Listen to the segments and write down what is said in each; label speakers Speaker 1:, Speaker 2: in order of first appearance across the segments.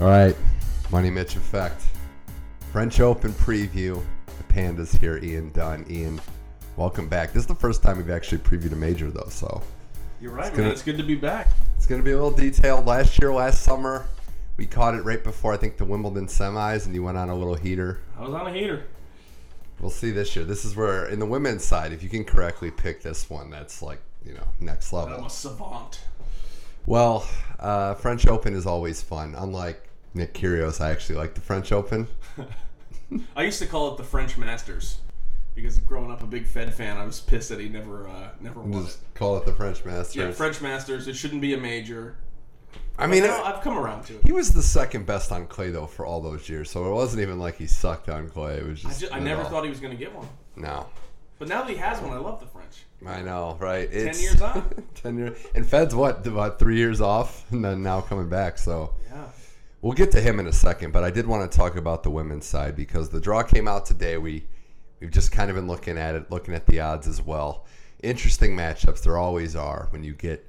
Speaker 1: All right, Money Mitch Effect. French Open preview. The Pandas here, Ian Dunn. Ian, welcome back. This is the first time we've actually previewed a major, though, so
Speaker 2: You're right,
Speaker 1: gonna-
Speaker 2: man. It's good to be back.
Speaker 1: it's going to be a little detailed. Last year, last summer, we caught it right before, I think, the Wimbledon semis, and you went on a little heater.
Speaker 2: I was on a heater.
Speaker 1: We'll see this year. This is where, in the women's side, if you can correctly pick this one, that's like, you know, next level.
Speaker 2: I'm a savant.
Speaker 1: Well, uh, French Open is always fun. Unlike Nick Kyrgios, I actually like the French Open.
Speaker 2: I used to call it the French Masters because growing up a big Fed fan, I was pissed that he never uh, never won. it.
Speaker 1: Just call it the French Masters.
Speaker 2: Yeah, French Masters. It shouldn't be a major.
Speaker 1: I mean,
Speaker 2: No, I've come around to it.
Speaker 1: he was the second best on clay though for all those years, so it wasn't even like he sucked on clay. It was
Speaker 2: I,
Speaker 1: just
Speaker 2: ju- I
Speaker 1: no,
Speaker 2: never
Speaker 1: no.
Speaker 2: thought he was going to get one,
Speaker 1: No,
Speaker 2: but now that he has one, I love the French.
Speaker 1: I know, right? It's,
Speaker 2: years on.
Speaker 1: ten year, and Fed's what about three years off, and then now coming back. So
Speaker 2: Yeah,
Speaker 1: We'll get to him in a second, but I did want to talk about the women's side because the draw came out today. We we've just kind of been looking at it, looking at the odds as well. Interesting matchups there always are when you get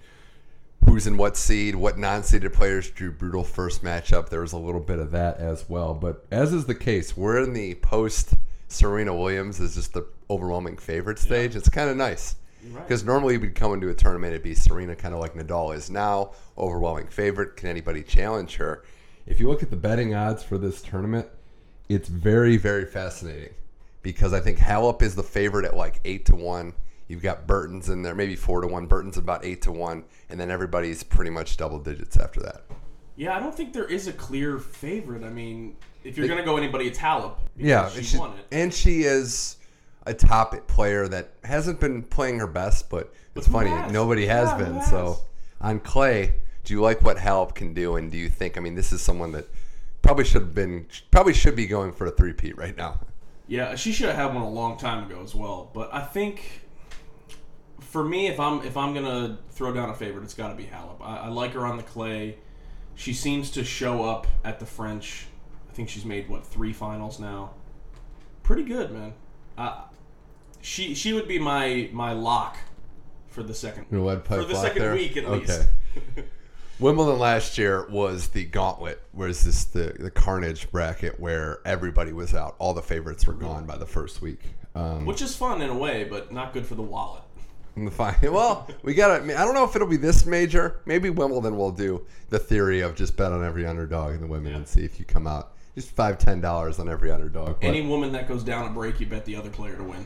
Speaker 1: who's in what seed, what non-seeded players drew brutal first matchup. There was a little bit of that as well, but as is the case, we're in the post Serena Williams is just the overwhelming favorite stage. It's kind of nice.
Speaker 2: You're right.
Speaker 1: Because normally we'd come into a tournament, it'd be Serena, kind of like Nadal is now, overwhelming favorite. Can anybody challenge her? If you look at the betting odds for this tournament, it's very, very fascinating because I think Halep is the favorite at like eight to one. You've got Burton's in there, maybe four to one. Burton's about eight to one, and then everybody's pretty much double digits after that.
Speaker 2: yeah. I don't think there is a clear favorite. I mean, if you're going to go anybody, it's Halep. because
Speaker 1: Yeah,
Speaker 2: she,
Speaker 1: and she,
Speaker 2: won it.
Speaker 1: and she is a top player that hasn't been playing her best, but it's
Speaker 2: who
Speaker 1: funny
Speaker 2: has?
Speaker 1: nobody has
Speaker 2: Yeah, who
Speaker 1: been.
Speaker 2: has?
Speaker 1: So on clay, do you like what Halep can do, and do you think? I mean, this is someone that probably should have been, probably should be going for a three peat right now.
Speaker 2: Yeah, she should have had one a long time ago as well. But I think for me, if I'm if I'm gonna throw down a favorite, it's got to be Halep. I, I like her on the clay. She seems to show up at the French. I think she's made what three finals now. Pretty good, man. Uh, she she would be my my lock for the second
Speaker 1: Your lead pipe
Speaker 2: for the
Speaker 1: lock
Speaker 2: second
Speaker 1: there?
Speaker 2: week at
Speaker 1: Okay.
Speaker 2: least.
Speaker 1: Wimbledon last year was the gauntlet, whereas this the the carnage bracket where everybody was out, all the favorites were gone by the first week. Um,
Speaker 2: Which is fun in a way, but not good for the wallet.
Speaker 1: in the final. Well, we got to. I don't know if it'll be this major. Maybe Wimbledon will do the theory of just bet on every underdog in the women and see if you come out just five ten dollars on every underdog. But
Speaker 2: Any woman that goes down a break, you bet the other player to win.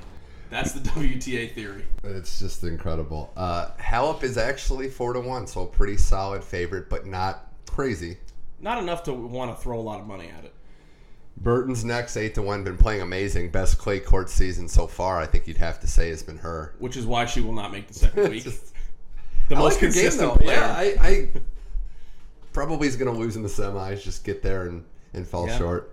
Speaker 2: That's the WTA theory.
Speaker 1: it's just incredible. Uh, Halep is actually four to one, so a pretty solid favorite, but not crazy.
Speaker 2: not enough to want to throw a lot of money at it.
Speaker 1: Burton's next eight to one. Been playing amazing. Best clay court season so far. I think you'd have to say has been her.
Speaker 2: Which is why she will not make the second week.
Speaker 1: Just-
Speaker 2: the
Speaker 1: I like
Speaker 2: most
Speaker 1: her game,
Speaker 2: consistent
Speaker 1: though.
Speaker 2: player.
Speaker 1: Yeah, I, I probably is going to lose in the semis. Just get there and, and fall
Speaker 2: Yeah.
Speaker 1: short.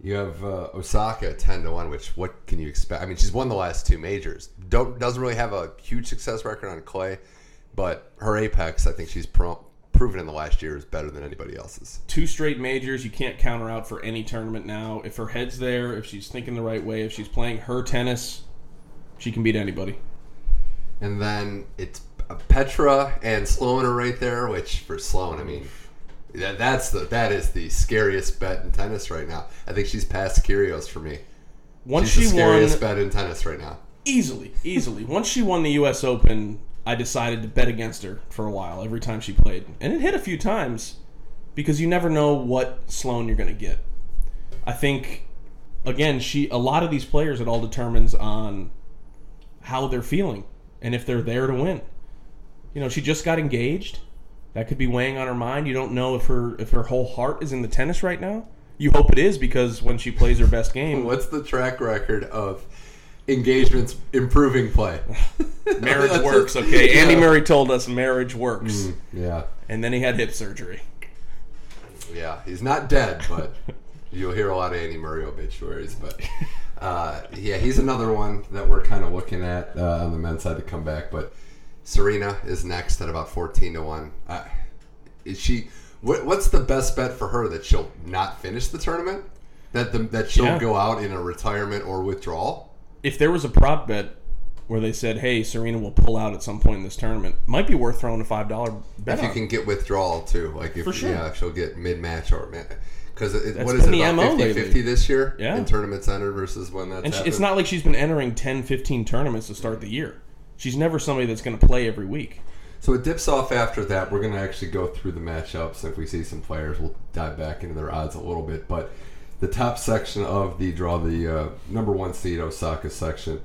Speaker 1: You have uh, Osaka ten to one, which what can you expect? I mean, she's won the last two majors. Don't doesn't really have a huge success record on clay, but her apex, I think she's pro- proven in the last year is better than anybody else's.
Speaker 2: Two straight majors. You can't count her out for any tournament now. If her head's there, if she's thinking the right way, if she's playing her tennis, she can beat anybody.
Speaker 1: And then it's Petra and Sloan are right there, which for Sloan, I mean, that, that's the that is the scariest bet in tennis right now. I think she's past Kyrgios for me.
Speaker 2: Once
Speaker 1: She's the
Speaker 2: she won
Speaker 1: scariest bet in tennis right now.
Speaker 2: easily, easily. Once she won the U.S. Open, I decided to bet against her for a while every time she played, and it hit a few times because you never know what Sloan you're going to get. I think again, she a lot of these players it all determines on how they're feeling and if they're there to win. You know, she just got engaged. That could be weighing on her mind. You don't know if her if her whole heart is in the tennis right now. You hope it is because when she plays her best game,
Speaker 1: What's the track record of engagements improving play?
Speaker 2: marriage
Speaker 1: That's
Speaker 2: works.
Speaker 1: it.
Speaker 2: Okay, Andy
Speaker 1: Yeah. Mm.
Speaker 2: Murray told us marriage works,
Speaker 1: Yeah,
Speaker 2: and then he had hip surgery.
Speaker 1: yeah. He's not dead, but you'll hear a lot of Andy Murray obituaries. But uh, yeah, he's another one that we're kind of looking at uh, on the men's side to come back. But Serena is next at about fourteen to one. Uh, is she? What, what's the best bet for her that she'll not finish the tournament? That the, that she'll
Speaker 2: Yeah.
Speaker 1: go out in a retirement or withdrawal?
Speaker 2: If there was a prop bet, where they said, "Hey, Serena will pull out at some point in this tournament." Might be worth throwing a five dollar bet
Speaker 1: If you
Speaker 2: on.
Speaker 1: can get withdrawal too, like if
Speaker 2: For sure.
Speaker 1: yeah, she'll get mid match or because it,
Speaker 2: That's
Speaker 1: what is
Speaker 2: been
Speaker 1: it
Speaker 2: the MO
Speaker 1: about 50
Speaker 2: lately.
Speaker 1: 50 this year
Speaker 2: Yeah.
Speaker 1: in tournaments entered versus when that's
Speaker 2: And she,
Speaker 1: happened.
Speaker 2: it's not like she's been entering 10, 15 tournaments to start the year. She's never somebody that's going to play every week.
Speaker 1: So it dips off after that. We're going to actually go through the matchups. If we see some players, we'll dive back into their odds a little bit. But the top section of the draw, the uh, number one seed Osaka section.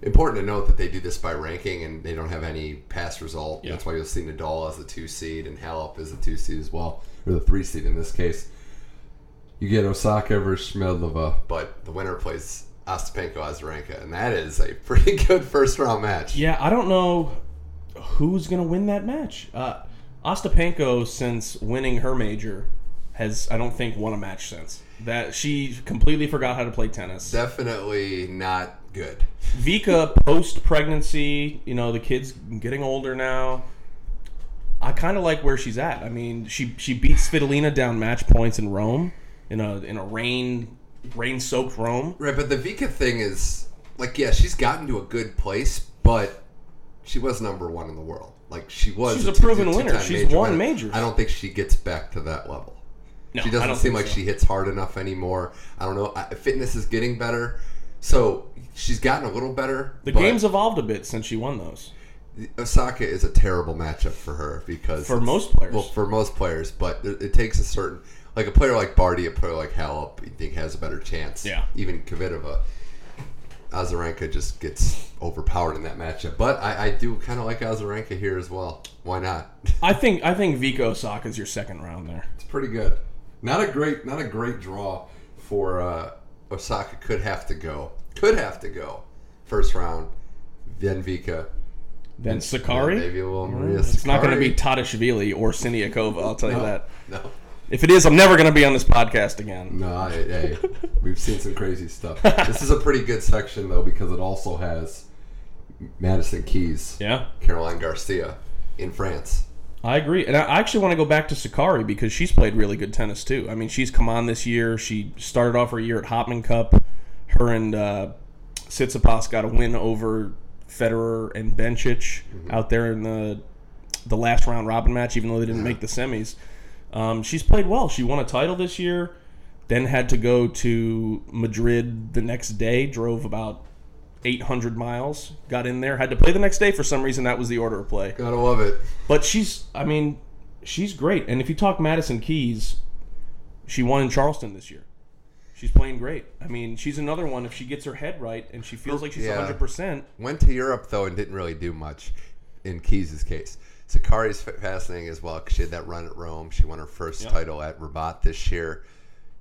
Speaker 1: Important to note that they do this by ranking, and they don't have any past result. That's why you'll see Nadal as the two seed and Halep as the two seed as well, or the three seed in this case. You get Osaka versus Shmedlova, but the winner plays Ostapenko Azarenka, and that is a pretty good first round match.
Speaker 2: Yeah, I don't know who's going to win that match. Uh, Ostapenko, since winning her major, has I don't think won a match since that. She completely forgot how to play tennis.
Speaker 1: Definitely not good.
Speaker 2: Vika post pregnancy, you know, the kid's getting older now. I kind of like where she's at. I mean, she she beats Svitolina down match points in Rome in a in a rain rain soaked Rome.
Speaker 1: Right, but the Vika thing is like, yeah, she's gotten to a good place, but she was number one in the world. Like she was.
Speaker 2: She's a
Speaker 1: two-
Speaker 2: proven
Speaker 1: two-time
Speaker 2: winner. She's
Speaker 1: major
Speaker 2: won
Speaker 1: winner.
Speaker 2: majors.
Speaker 1: I don't think she gets back to that level.
Speaker 2: No,
Speaker 1: she
Speaker 2: I
Speaker 1: doesn't
Speaker 2: don't
Speaker 1: seem
Speaker 2: think
Speaker 1: like
Speaker 2: so.
Speaker 1: she hits hard enough anymore. I don't know. I, fitness is getting better, so she's gotten a little better.
Speaker 2: The
Speaker 1: but
Speaker 2: game's evolved a bit since she won those
Speaker 1: Osaka is a terrible matchup for her because
Speaker 2: for most players.
Speaker 1: Well, for most players, but it, it takes a certain like a player like Barty, a player like Halep, you think has a better chance.
Speaker 2: Yeah.
Speaker 1: Even Kvitova, Azarenka just gets overpowered in that matchup. But I, I do kind of like Azarenka here as well. Why not?
Speaker 2: I think I think Vika Osaka's your second round there.
Speaker 1: It's pretty good. Not a great, not a great draw for uh, Osaka. Could have to go. Could have to go first round. Then Vika.
Speaker 2: Then
Speaker 1: Then
Speaker 2: Sakari.
Speaker 1: maybe a little Maria.
Speaker 2: It's not going to be
Speaker 1: Sakkari.
Speaker 2: Tadashvili or Siniakova. I'll tell you
Speaker 1: No,
Speaker 2: that.
Speaker 1: No.
Speaker 2: If it is, I'm never going to be on this podcast again.
Speaker 1: No, I, hey, we've seen some crazy stuff. This is a pretty good section though because it also has Madison Keys,
Speaker 2: Yeah.
Speaker 1: Caroline Garcia in France.
Speaker 2: I agree, and I actually want to go back to Sakari because she's played really good tennis too. I mean, she's come on this year. She started off her year at Hopman Cup. Her and uh, Tsitsipas got a win over Federer and Benchich out there in the the last round robin match, even though they didn't make the semis. Um, she's played well. She won a title this year, then had to go to Madrid the next day. Drove about. 800 miles got in there had to play the next day for some reason that was the order of play
Speaker 1: Gotta love it.
Speaker 2: but she's, I mean, she's great. And if you talk Madison Keys, she won in Charleston this year. She's playing great. I mean, she's another one. If she gets her head right and she feels like she's
Speaker 1: Yeah.
Speaker 2: 100%,
Speaker 1: Went to Europe though and didn't really do much. In Keys' case, Sakari's fa- fascinating as well because she had that run at Rome. She won her first title at Rabat this year,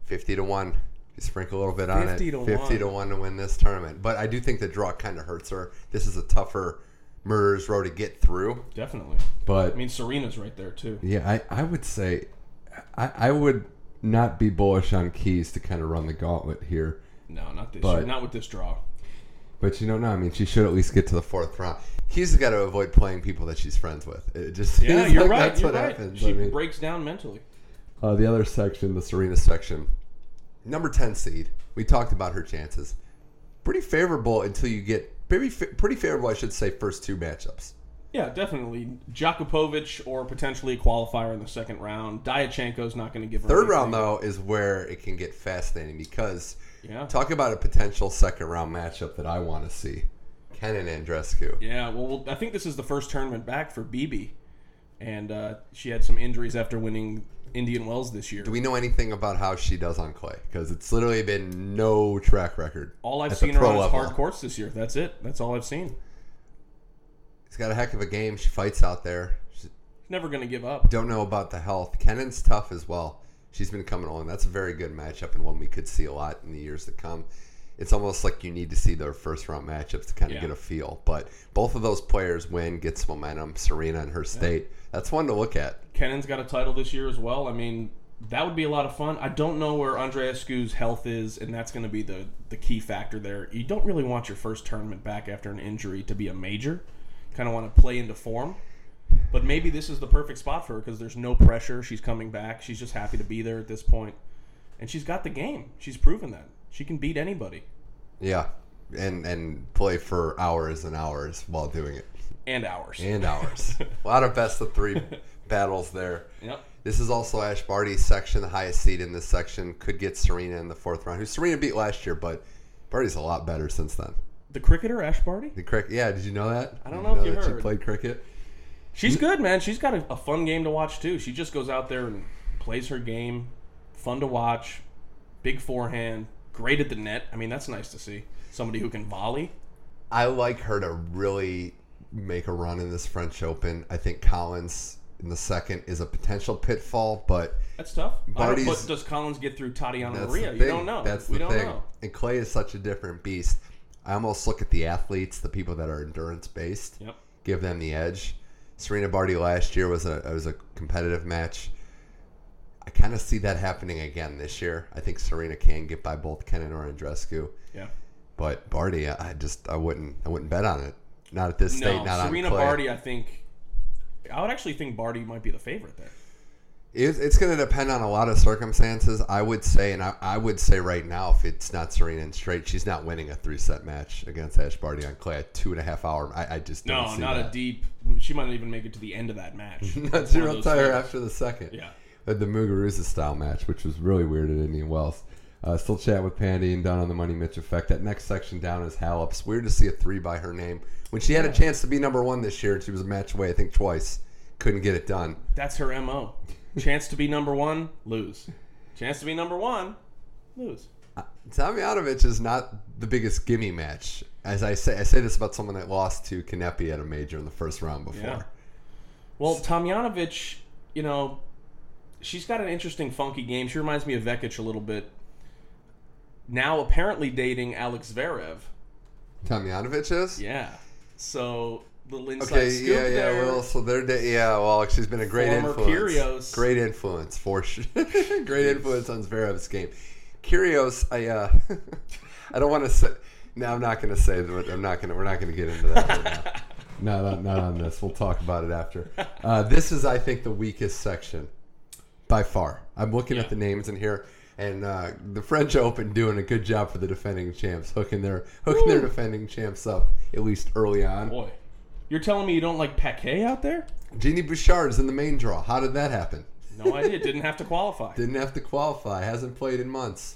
Speaker 1: fifty to one. You sprinkle a little bit on
Speaker 2: 50
Speaker 1: it,
Speaker 2: to
Speaker 1: fifty
Speaker 2: one.
Speaker 1: to one to win this tournament. But I do think the draw kind of hurts her. This is a tougher murderer's row to get through.
Speaker 2: definitely.
Speaker 1: But
Speaker 2: I mean, Serena's right there, too.
Speaker 1: Yeah, I, I would say I, I would not be bullish on Keys to kind of run the gauntlet here.
Speaker 2: No, not this
Speaker 1: But-
Speaker 2: year. Not with this draw.
Speaker 1: But you don't know. I mean, she should at least get to the fourth round. Keys has got to avoid playing people that she's friends with. It just
Speaker 2: Yeah,
Speaker 1: seems
Speaker 2: you're
Speaker 1: like
Speaker 2: right.
Speaker 1: That's
Speaker 2: You're
Speaker 1: what
Speaker 2: right.
Speaker 1: happens.
Speaker 2: She
Speaker 1: I mean,
Speaker 2: breaks down mentally.
Speaker 1: uh, the other section, the Serena section, number ten seed. We talked about her chances. Pretty favorable until you get pretty fa- pretty favorable, I should say, first two matchups.
Speaker 2: Yeah, definitely. Jakupovic or potentially a qualifier in the second round. Diachenko's not going to give her
Speaker 1: Third
Speaker 2: anything.
Speaker 1: round though is where it can get fascinating because
Speaker 2: Yeah.
Speaker 1: Talk about a potential second round matchup that I want to see. Ken and Andrescu.
Speaker 2: Yeah, well, well, I think this is the first tournament back for BB, and uh, she had some injuries after winning Indian Wells this year.
Speaker 1: Do we know anything about how she does on clay? Because it's literally been no track record.
Speaker 2: all I've
Speaker 1: at the
Speaker 2: seen her
Speaker 1: pro
Speaker 2: on is
Speaker 1: level.
Speaker 2: hard courts this year. That's it. That's all I've seen.
Speaker 1: She's got a heck of a game. She fights out there. She,
Speaker 2: Never going to give up.
Speaker 1: don't know about the health. Kennan's tough as well. She's been coming on. That's a very good matchup and one we could see a lot in the years to come. It's almost like you need to see their first round matchups to kind of
Speaker 2: Yeah.
Speaker 1: get a feel. But both of those players win, gets momentum. Serena in her state. That's one to look at.
Speaker 2: Kennan's got a title this year as well. I mean, that would be a lot of fun. I don't know where Andreescu's health is, and that's going to be the the key factor there. You don't really want your first tournament back after an injury to be a major. Kind of want to play into form. But maybe this is the perfect spot for her because there's no pressure. She's coming back. She's just happy to be there at this point. And she's got the game. She's proven that. She can beat anybody.
Speaker 1: Yeah. and and play for hours and hours while doing it
Speaker 2: and ours.
Speaker 1: and hours. a lot of best of three battles there.
Speaker 2: Yep.
Speaker 1: This is also Ash Barty's section, the highest seed in this section. Could get Serena in the fourth round, who Serena beat last year, but Barty's a lot better since then.
Speaker 2: The cricketer Ash Barty.
Speaker 1: The cricket, yeah. Did you know that? I
Speaker 2: don't know if you
Speaker 1: that
Speaker 2: heard.
Speaker 1: She played cricket.
Speaker 2: She's good, man. She's got a, a fun game to watch too. She just goes out there and plays her game. Fun to watch. Big forehand. Great at the net. I mean, that's nice to see. Somebody who can volley.
Speaker 1: I like her to really make a run in this French Open. I think Collins in the second is a potential pitfall, but
Speaker 2: That's tough. I don't,
Speaker 1: Barty's-
Speaker 2: but does Collins get through Tatiana
Speaker 1: that's
Speaker 2: Maria?
Speaker 1: the
Speaker 2: You
Speaker 1: thing.
Speaker 2: don't know.
Speaker 1: That's
Speaker 2: we
Speaker 1: the
Speaker 2: don't
Speaker 1: thing.
Speaker 2: know.
Speaker 1: And Clay is such a different beast. I almost look at the athletes, the people that are endurance based,
Speaker 2: Yep.
Speaker 1: give them the edge. Serena Barty last year was a was a competitive match. I kind of see that happening again this year. I think Serena can get by both Kenanor and Andrescu,
Speaker 2: Yeah.
Speaker 1: but Barty, I I just I wouldn't I wouldn't bet on it. Not at this
Speaker 2: No,
Speaker 1: state. Not
Speaker 2: Serena
Speaker 1: on clay.
Speaker 2: Barty. I think. I would actually think Barty might be the favorite there.
Speaker 1: It, it's going to depend on a lot of circumstances. I would say, and I, I would say right now, if it's not Serena and straight, she's not winning a three set match against Ash Barty on clay at two and a half hour. I, I just don't
Speaker 2: No,
Speaker 1: see
Speaker 2: not
Speaker 1: that.
Speaker 2: a deep. She might not even make it to the end of that match.
Speaker 1: Not
Speaker 2: That's one of
Speaker 1: zero
Speaker 2: those
Speaker 1: tire
Speaker 2: things.
Speaker 1: after the second.
Speaker 2: Yeah.
Speaker 1: At the Muguruza style match, which was really weird at Indian Wells. Uh, still chat with Pandy and Don on the Money Mitch effect. That next section down is Hallops. Weird to see a three by her name when she had a chance to be number one this year. and She was a match away, I think, twice. Couldn't get it done.
Speaker 2: That's her MO. Chance to be number one, lose. Chance to be number one, lose.
Speaker 1: Tommy Adovich is not the biggest gimme match. As I say, I say this about someone that lost to Kanepi at a major in the first round before.
Speaker 2: Yeah. Well, Tomjanovic, you know, she's got an interesting, funky game. She reminds me of Vekic a little bit. Now apparently dating Alex Zverev.
Speaker 1: Tommy Adovich is?
Speaker 2: Yeah. So little inside
Speaker 1: Okay,
Speaker 2: scoop
Speaker 1: yeah, yeah.
Speaker 2: there.
Speaker 1: Well, so they're, de- yeah, well, she's been a great
Speaker 2: Former
Speaker 1: influence.
Speaker 2: Kyrgios.
Speaker 1: Great influence, for sure. great influence on Zverev's game. Curios, I, uh, I don't want to say, no, I'm not going to say that. I'm not going to, we're not going to get into that right now. No, not, not on this. We'll talk about it after. Uh, this is, I think, the weakest section by far. I'm looking at the names in here, and uh, the French Open doing a good job for the defending champs, hooking their hooking their defending champs up at least early on.
Speaker 2: Boy, you're telling me you don't like Paquet out there?
Speaker 1: Jeannie Bouchard's in the main draw. How did that happen?
Speaker 2: No idea. Didn't have to qualify.
Speaker 1: Didn't have to qualify. Hasn't played in months.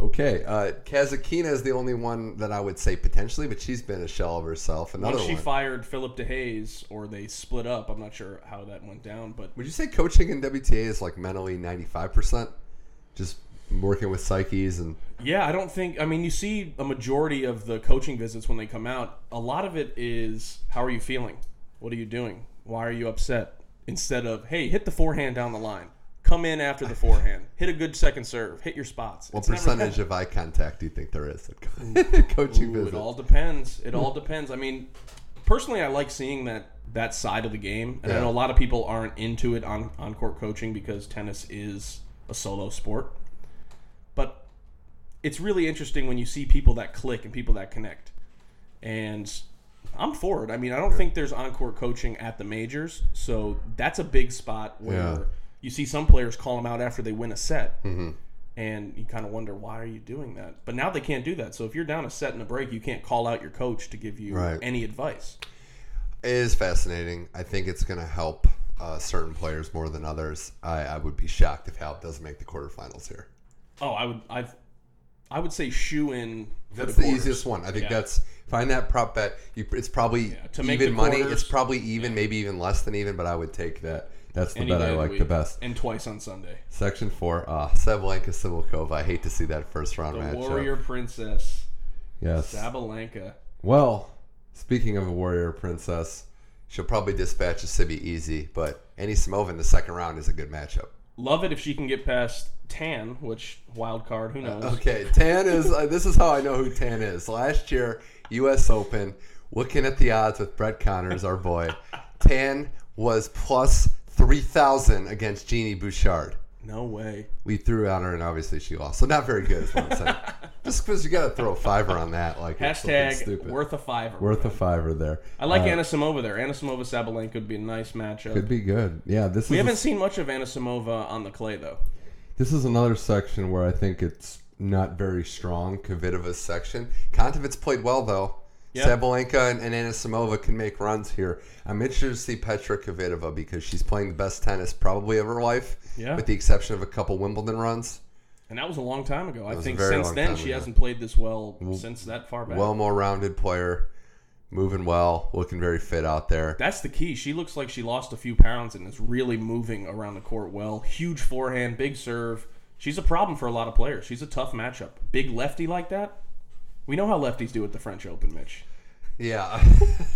Speaker 1: Okay, uh, Kazakina is the only one that I would say potentially, but she's been a shell of herself. Another
Speaker 2: Once she
Speaker 1: one.
Speaker 2: fired Philip DeHaze, or they split up. I'm not sure how that went down, but
Speaker 1: would you say coaching in WTA is like mentally ninety five percent, just working with psyches and
Speaker 2: Yeah, I don't think. I mean, you see a majority of the coaching visits when they come out. A lot of it is how are you feeling? What are you doing? Why are you upset? Instead of hey, hit the forehand down the line. Come in after the forehand. Hit a good second serve. Hit your spots.
Speaker 1: what
Speaker 2: It's never-
Speaker 1: percentage of eye contact do you think there is at coaching
Speaker 2: Ooh,
Speaker 1: visit? Hmm.
Speaker 2: it all depends. It all depends. I mean, personally, I like seeing that that side of the game, and
Speaker 1: Yeah.
Speaker 2: I know a lot of people aren't into it on on court coaching because tennis is a solo sport. But it's really interesting when you see people that click and people that connect. And I'm for it. I mean, I don't think there's on court coaching at the majors, so that's a big spot where
Speaker 1: Yeah. Hmm.
Speaker 2: you see some players call them out after they win a set and you kind of wonder why are you doing that but now they can't do that so if you're down a set and a break you can't call out your coach to give you
Speaker 1: Right.
Speaker 2: any advice
Speaker 1: It is fascinating. I think it's going to help uh, certain players more than others. I, I would be shocked if Halp doesn't make the quarterfinals here.
Speaker 2: oh i would i i would say shoe in for
Speaker 1: That's
Speaker 2: the
Speaker 1: the,
Speaker 2: quarters.
Speaker 1: easiest one. I think
Speaker 2: Yeah.
Speaker 1: that's find that prop bet. You, it's probably
Speaker 2: to make
Speaker 1: even
Speaker 2: the
Speaker 1: money.
Speaker 2: quarters.
Speaker 1: It's probably even, maybe even less than even. But I would take that. That's the
Speaker 2: Any
Speaker 1: bet
Speaker 2: day
Speaker 1: I
Speaker 2: of
Speaker 1: like the
Speaker 2: week.
Speaker 1: best.
Speaker 2: and twice on sunday
Speaker 1: Section four, uh, Sabalenka Sibilkova. I hate to see that first round
Speaker 2: the
Speaker 1: matchup.
Speaker 2: warrior princess
Speaker 1: yes.
Speaker 2: sabalenka
Speaker 1: Well, speaking of a warrior princess, she'll probably dispatch a Sibi easy. But any Smova in the second round is a good matchup.
Speaker 2: love it if she can get past tan which wild card who knows
Speaker 1: Uh, Okay, Tan is. Uh, this is how I know who Tan is. Last year, U.S. Open, looking at the odds with Brett Connors, our boy, Tan was plus three thousand against Jeannie Bouchard.
Speaker 2: no way
Speaker 1: We threw on her, and obviously she lost. So not very good. Is what I'm saying. Just because you got to throw a fiver on that, like it's something
Speaker 2: hashtag
Speaker 1: stupid.
Speaker 2: worth a fiver
Speaker 1: worth a fiver there.
Speaker 2: i like anna samova there anna samova sabalenka would be a nice matchup
Speaker 1: Could be good. Yeah, this
Speaker 2: we
Speaker 1: is a
Speaker 2: haven't seen much of anna samova on the clay though
Speaker 1: This is another section where I think it's not very strong Kvitova's section. Kontovitz played well though.
Speaker 2: Yeah.
Speaker 1: Sabalenka and, and Anna Samova can make runs here. I'm interested to see Petra Kvitova because she's playing the best tennis probably of her life,
Speaker 2: Yeah.
Speaker 1: with the exception of a couple Wimbledon runs.
Speaker 2: And that was a long time ago. I
Speaker 1: was a
Speaker 2: think
Speaker 1: very
Speaker 2: since
Speaker 1: long
Speaker 2: then
Speaker 1: time
Speaker 2: she
Speaker 1: ago.
Speaker 2: hasn't played this well since that far back.
Speaker 1: Well, more rounded player, moving well, looking very fit out there.
Speaker 2: That's the key. She looks like she lost a few pounds and is really moving around the court well. Huge forehand, big serve. She's a problem for a lot of players. She's a tough matchup. Big lefty like that. We know how lefties do at the French Open, Mitch.
Speaker 1: Yeah,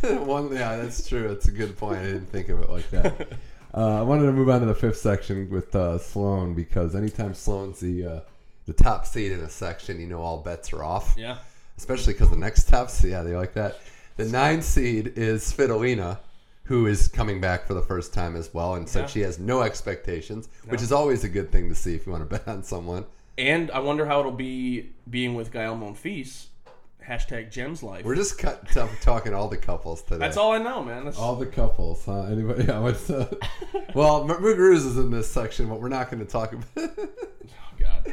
Speaker 1: one. Yeah, that's true. That's a good point. I didn't think of it like that. Uh, I wanted to move on to the fifth section with uh, Sloan because anytime Sloan's the uh, the top seed in a section, you know all bets are off.
Speaker 2: Yeah.
Speaker 1: Especially because the next top seed, yeah, they like that. The nine seed is Fidelina, who is coming back for the first time as well, and so
Speaker 2: Yeah.
Speaker 1: she has no expectations, which is always a good thing to see if you want to bet on someone.
Speaker 2: And I wonder how it'll be being with Gael Monfils. Hashtag Gems Life.
Speaker 1: We're just cut, t- talking all the couples today.
Speaker 2: That's all I know, man. That's,
Speaker 1: All the couples, huh? Anybody? Yeah, what's uh, well, M- Muguruza is in this section, but we're not going to talk about.
Speaker 2: oh, God.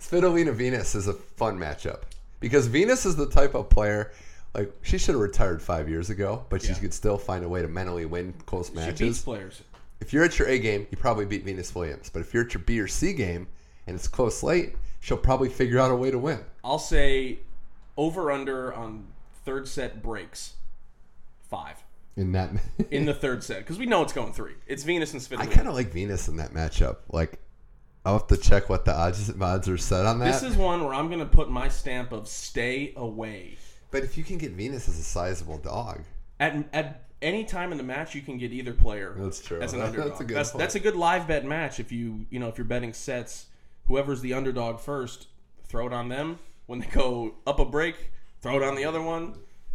Speaker 1: Svitolina Venus is a fun matchup because Venus is the type of player like she should have retired five years ago, but she
Speaker 2: Yeah.
Speaker 1: could still find a way to mentally win close
Speaker 2: She beats
Speaker 1: matches.
Speaker 2: players.
Speaker 1: If you're at your A game, you probably beat Venus Williams, but if you're at your B or C game and it's close late, she'll probably figure out a way to win.
Speaker 2: I'll say over under on third set breaks. Five.
Speaker 1: In that,
Speaker 2: in the third set because we know it's going three. It's Venus and
Speaker 1: I
Speaker 2: Svitolina.
Speaker 1: kind of like Venus in that matchup. Like, I'll have to check what the odds odds are set on that.
Speaker 2: this is one where I'm going to put my stamp of stay away.
Speaker 1: But if you can get Venus as a sizable dog,
Speaker 2: At at any time in the match, you can get either player.
Speaker 1: That's true.
Speaker 2: As an
Speaker 1: That's
Speaker 2: underdog,
Speaker 1: a good
Speaker 2: that's,
Speaker 1: point.
Speaker 2: that's a good live bet match. If you you know if you're betting sets, whoever's the underdog first, throw it on them. When they go up a break, throw it on the other one.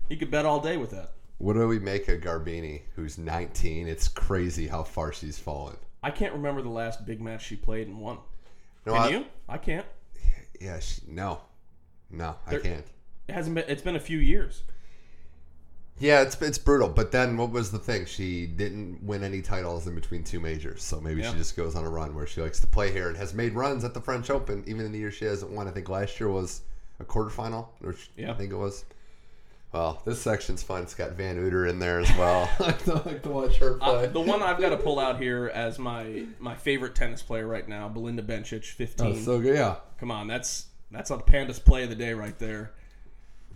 Speaker 2: You could bet all day with that.
Speaker 1: what do we make of Garbini, who's 19? It's crazy how far she's fallen.
Speaker 2: I can't remember the last big match she played and won.
Speaker 1: No,
Speaker 2: Can
Speaker 1: I,
Speaker 2: you? I can't.
Speaker 1: Yeah, she, no, no, I can't.
Speaker 2: It hasn't been. It's been a few years.
Speaker 1: Yeah, it's it's brutal. But then what was the thing? She didn't win any titles in between two majors, so maybe
Speaker 2: Yeah.
Speaker 1: she just goes on a run where she likes to play here and has made runs at the French Open, even in the year she hasn't won. I think last year was a quarterfinal, or sh-
Speaker 2: Yeah.
Speaker 1: I think it was. Well, this section's fun. It's got Van Uter in there as well. I like to watch her play.
Speaker 2: Uh, the one I've got to pull out here as my my favorite tennis player right now, Belinda Bencic, fifteen.
Speaker 1: Oh, so good, yeah.
Speaker 2: Come on, that's that's a Panda's play of the day right there.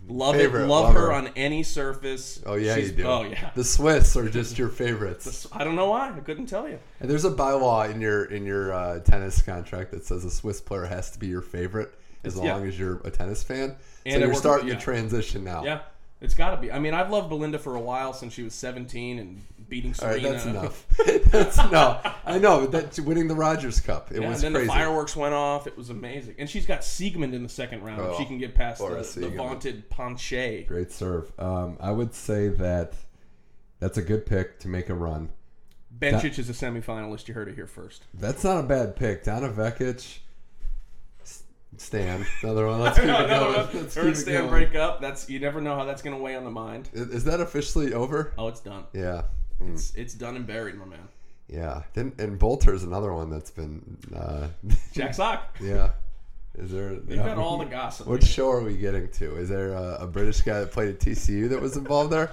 Speaker 2: Love
Speaker 1: Favorite,
Speaker 2: it, love,
Speaker 1: love
Speaker 2: her,
Speaker 1: her.
Speaker 2: on any surface.
Speaker 1: Oh yeah,
Speaker 2: She's-
Speaker 1: you do.
Speaker 2: Oh yeah.
Speaker 1: The Swiss are just your favorites.
Speaker 2: I don't know why. I couldn't tell you.
Speaker 1: And there's a bylaw in your in your uh, tennis contract that says a Swiss player has to be your favorite as
Speaker 2: It's- yeah.
Speaker 1: long as you're a tennis fan.
Speaker 2: And
Speaker 1: so
Speaker 2: I work
Speaker 1: you're
Speaker 2: with-
Speaker 1: starting to
Speaker 2: yeah.
Speaker 1: transition now.
Speaker 2: Yeah, it's got to be. I mean, I've loved Belinda for a while since she was seventeen and beating
Speaker 1: All right,
Speaker 2: Serena.
Speaker 1: that's enough. that's no, I know that's winning the Rogers Cup. It
Speaker 2: Yeah, and
Speaker 1: was
Speaker 2: then
Speaker 1: crazy.
Speaker 2: the fireworks went off. It was amazing, and she's got Siegmund in the second round. if
Speaker 1: Oh,
Speaker 2: she can get past
Speaker 1: Laura
Speaker 2: the, the
Speaker 1: Siegemund.
Speaker 2: vaunted Panche.
Speaker 1: Great serve. Um, I would say that that's a good pick to make a run.
Speaker 2: Bencic is a semifinalist. You heard it here first.
Speaker 1: That's not a bad pick. Donna Vekic, S- Stan, another one. Let's keep
Speaker 2: No,
Speaker 1: it
Speaker 2: no,
Speaker 1: going.
Speaker 2: no.
Speaker 1: Let's
Speaker 2: Her
Speaker 1: keep
Speaker 2: and
Speaker 1: it
Speaker 2: Stan
Speaker 1: going.
Speaker 2: break up. That's you never know how that's gonna weigh on the mind.
Speaker 1: Is, is that officially over?
Speaker 2: Oh, it's done.
Speaker 1: Yeah. Mm.
Speaker 2: It's, it's done and buried, my man.
Speaker 1: Yeah. Then and Bolter's another one that's been uh
Speaker 2: Jack Sock.
Speaker 1: yeah. Is there
Speaker 2: They've got all the gossip.
Speaker 1: What
Speaker 2: man.
Speaker 1: show are we getting to? Is there a, a British guy that played at TCU that was involved there?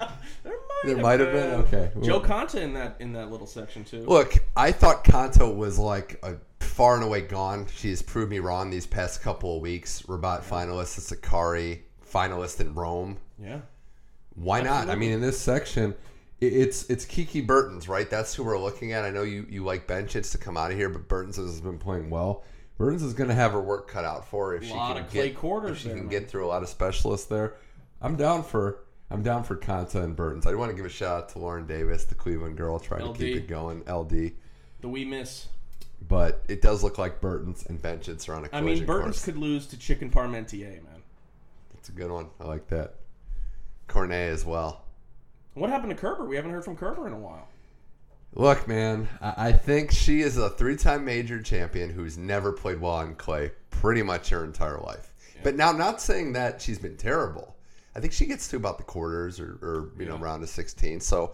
Speaker 2: There might,
Speaker 1: There
Speaker 2: have,
Speaker 1: might have been? Okay.
Speaker 2: Joe
Speaker 1: Well-
Speaker 2: Conta in that in that little section too.
Speaker 1: Look, I thought Kanto was like a far and away gone. She's proved me wrong these past couple of weeks. Rabat finalist at Sakari, finalist in Rome.
Speaker 2: yeah.
Speaker 1: Why not? I mean, in this section, i- it's it's Kiki Burton's, right? That's who we're looking at. I know you, you like Benchits to come out of here, but Burton's has been playing well. Burton's is going to have her work cut out for her if she
Speaker 2: Lot
Speaker 1: can
Speaker 2: of clay
Speaker 1: get
Speaker 2: quarters
Speaker 1: if she
Speaker 2: there,
Speaker 1: can
Speaker 2: man.
Speaker 1: get through a lot of specialists there. I'm down for I'm down for Conta and Burton's. I want to give a shout out to Lauren Davis, the Cleveland girl, trying to keep
Speaker 2: LD.
Speaker 1: it going. LD,
Speaker 2: The we miss.
Speaker 1: but it does look like Burton's and Benchits are on a
Speaker 2: I
Speaker 1: collision
Speaker 2: mean, Burton's
Speaker 1: course.
Speaker 2: could lose to Chicken Parmentier, man.
Speaker 1: That's a good one. I like that. Cornet as well.
Speaker 2: What happened to Kerber? We haven't heard from Kerber in a while.
Speaker 1: Look, man, I I think she is a three time major champion who's never played well on clay pretty much her entire life. But now, I'm not saying that she's been terrible. I think she gets to about the quarters or, or you know, round of 16. So,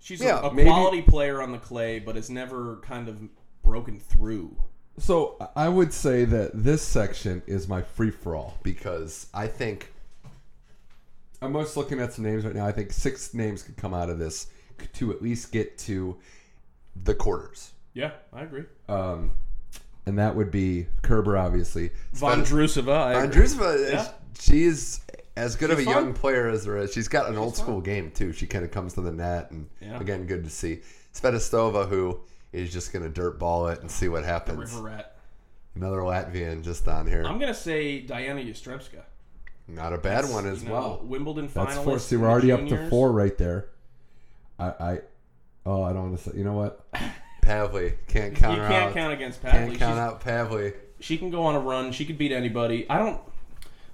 Speaker 2: She's
Speaker 1: Yeah,
Speaker 2: a, a
Speaker 1: maybe-
Speaker 2: quality player on the clay, but has never kind of broken through.
Speaker 1: So I would say that this section is my free for all because I think I'm just looking at some names right now. I think six names could come out of this to at least get to the quarters,
Speaker 2: Yeah, I agree.
Speaker 1: um, and that would be Kerber, obviously.
Speaker 2: Von
Speaker 1: Sven-
Speaker 2: Drusova. I
Speaker 1: Von
Speaker 2: agree.
Speaker 1: Drusova,
Speaker 2: Yeah.
Speaker 1: she is as good of a
Speaker 2: She's
Speaker 1: young
Speaker 2: fun.
Speaker 1: player as there is. She's got an old school game too. She kind of comes to the net, and
Speaker 2: Yeah.
Speaker 1: again, good to see Svetostova, who is just going to dirt ball it and see what happens.
Speaker 2: River Rat.
Speaker 1: Another Latvian just on here.
Speaker 2: I'm gonna say Diana Yastremska.
Speaker 1: Not a bad one as
Speaker 2: You know,
Speaker 1: well.
Speaker 2: Wimbledon finalist.
Speaker 1: That's four. See,
Speaker 2: in
Speaker 1: we're
Speaker 2: the
Speaker 1: already up to
Speaker 2: juniors.
Speaker 1: four right there. I, I oh, I don't want to say. You know what? Pavli can't
Speaker 2: You
Speaker 1: count her
Speaker 2: can't
Speaker 1: out.
Speaker 2: count against
Speaker 1: can't
Speaker 2: Pavlik. She's-
Speaker 1: count out Pavli.
Speaker 2: She can go on a run. She could beat anybody. I don't.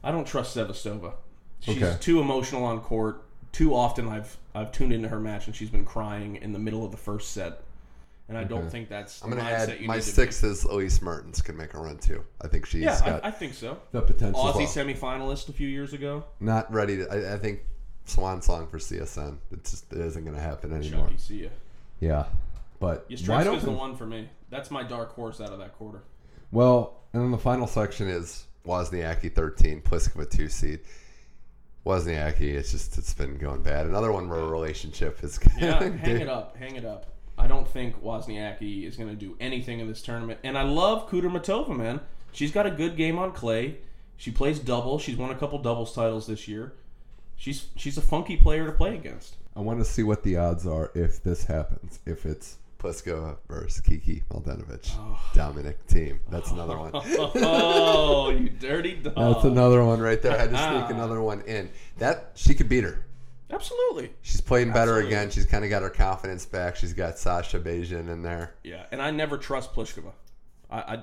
Speaker 2: I don't trust Sevastova. She's
Speaker 1: Okay.
Speaker 2: too emotional on court. Too often, I've I've tuned into her match and she's been crying in the middle of the first set, and I don't think that's.
Speaker 1: I'm
Speaker 2: the
Speaker 1: going to
Speaker 2: mindset
Speaker 1: add
Speaker 2: you
Speaker 1: my
Speaker 2: need to
Speaker 1: sixth is Elise Mertens can make a run too. I think she's
Speaker 2: Be. Yeah,
Speaker 1: got
Speaker 2: I, I think so.
Speaker 1: the potential. as
Speaker 2: Aussie
Speaker 1: well.
Speaker 2: semifinalist a few years ago.
Speaker 1: not ready to. I, I think swan song for CSN. It's just it isn't going to happen anymore.
Speaker 2: Chucky, see ya.
Speaker 1: Yeah, but why
Speaker 2: Yastremska's
Speaker 1: don't
Speaker 2: the one for me. That's my dark horse out of that quarter.
Speaker 1: well? And then the final section is Wozniacki thirteen, Pliskova two seed. Wozniacki, it's just it's been going bad. Another one where a relationship is
Speaker 2: Yeah, hang it up, hang it up. I don't think Wozniacki is going to do anything in this tournament. And I love Kudermatova, man. She's got a good game on clay. She plays double. She's won a couple doubles titles this year. She's she's a funky player to play against.
Speaker 1: I want to see what the odds are if this happens. If it's Pliskova versus Kiki Mladenovich, Dominic team. That's another one.
Speaker 2: Oh, you dirty dog!
Speaker 1: That's another one right there. I had to
Speaker 2: Ah.
Speaker 1: sneak another one in. That she could beat her.
Speaker 2: Absolutely.
Speaker 1: She's playing better
Speaker 2: Absolutely.
Speaker 1: again. She's kind of got her confidence back. She's got Sasha Bajan in there.
Speaker 2: Yeah, and I never trust Pliskova. I, I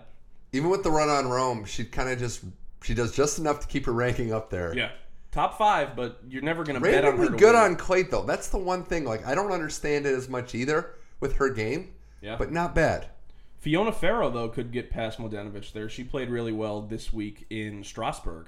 Speaker 1: Even with the run on Rome, she kind of just she does just enough to keep her ranking up there.
Speaker 2: yeah, top five, but you're never going to bet on her.
Speaker 1: randomly
Speaker 2: To
Speaker 1: good
Speaker 2: win.
Speaker 1: on Clay though. That's the one thing. Like I don't understand it as much either with her game,
Speaker 2: Yeah.
Speaker 1: but not bad.
Speaker 2: Fiona Farrow though could get past Mladenovic there. She played really well this week in Strasbourg.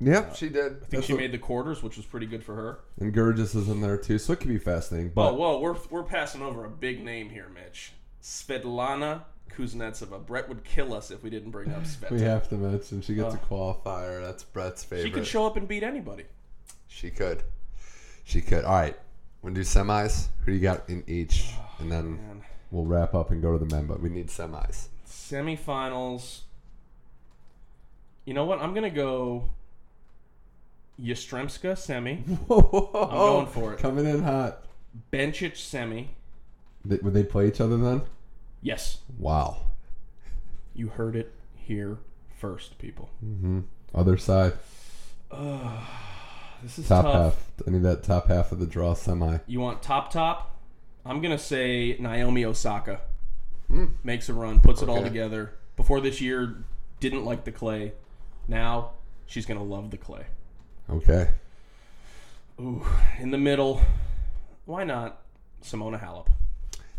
Speaker 1: Yep, she did.
Speaker 2: I think she made the quarters, which was pretty good for her.
Speaker 1: and Gurgis is in there too, so it could be fascinating.
Speaker 2: Oh,
Speaker 1: But
Speaker 2: whoa, we're we're passing over a big name here, Mitch. Svetlana Kuznetsova. Brett would kill us if we didn't bring up
Speaker 1: we
Speaker 2: Svetlana.
Speaker 1: have to mention she gets a qualifier. That's Brett's favorite.
Speaker 2: Oh. She could show up and beat anybody.
Speaker 1: She could. She could. All right. Want to do semis? Who do you got in each? And then
Speaker 2: Man.
Speaker 1: we'll wrap up and go to the men, but we need semis.
Speaker 2: Semifinals. You know what? I'm gonna go Yastremska semi,
Speaker 1: I'm
Speaker 2: going for it.
Speaker 1: Coming in hot.
Speaker 2: Benchich semi.
Speaker 1: Th- would they play each other then?
Speaker 2: Yes,
Speaker 1: Wow.
Speaker 2: you heard it here first, people.
Speaker 1: Hmm. Other side.
Speaker 2: This is
Speaker 1: Top
Speaker 2: tough.
Speaker 1: half. I need that top half of the draw semi.
Speaker 2: You want top top? I'm gonna say Naomi Osaka makes a run, puts it all
Speaker 1: Hmm. Okay.
Speaker 2: together. Before this year, didn't like the clay. Now she's gonna love the clay.
Speaker 1: Okay.
Speaker 2: Ooh, in the middle, why not Simona Halep?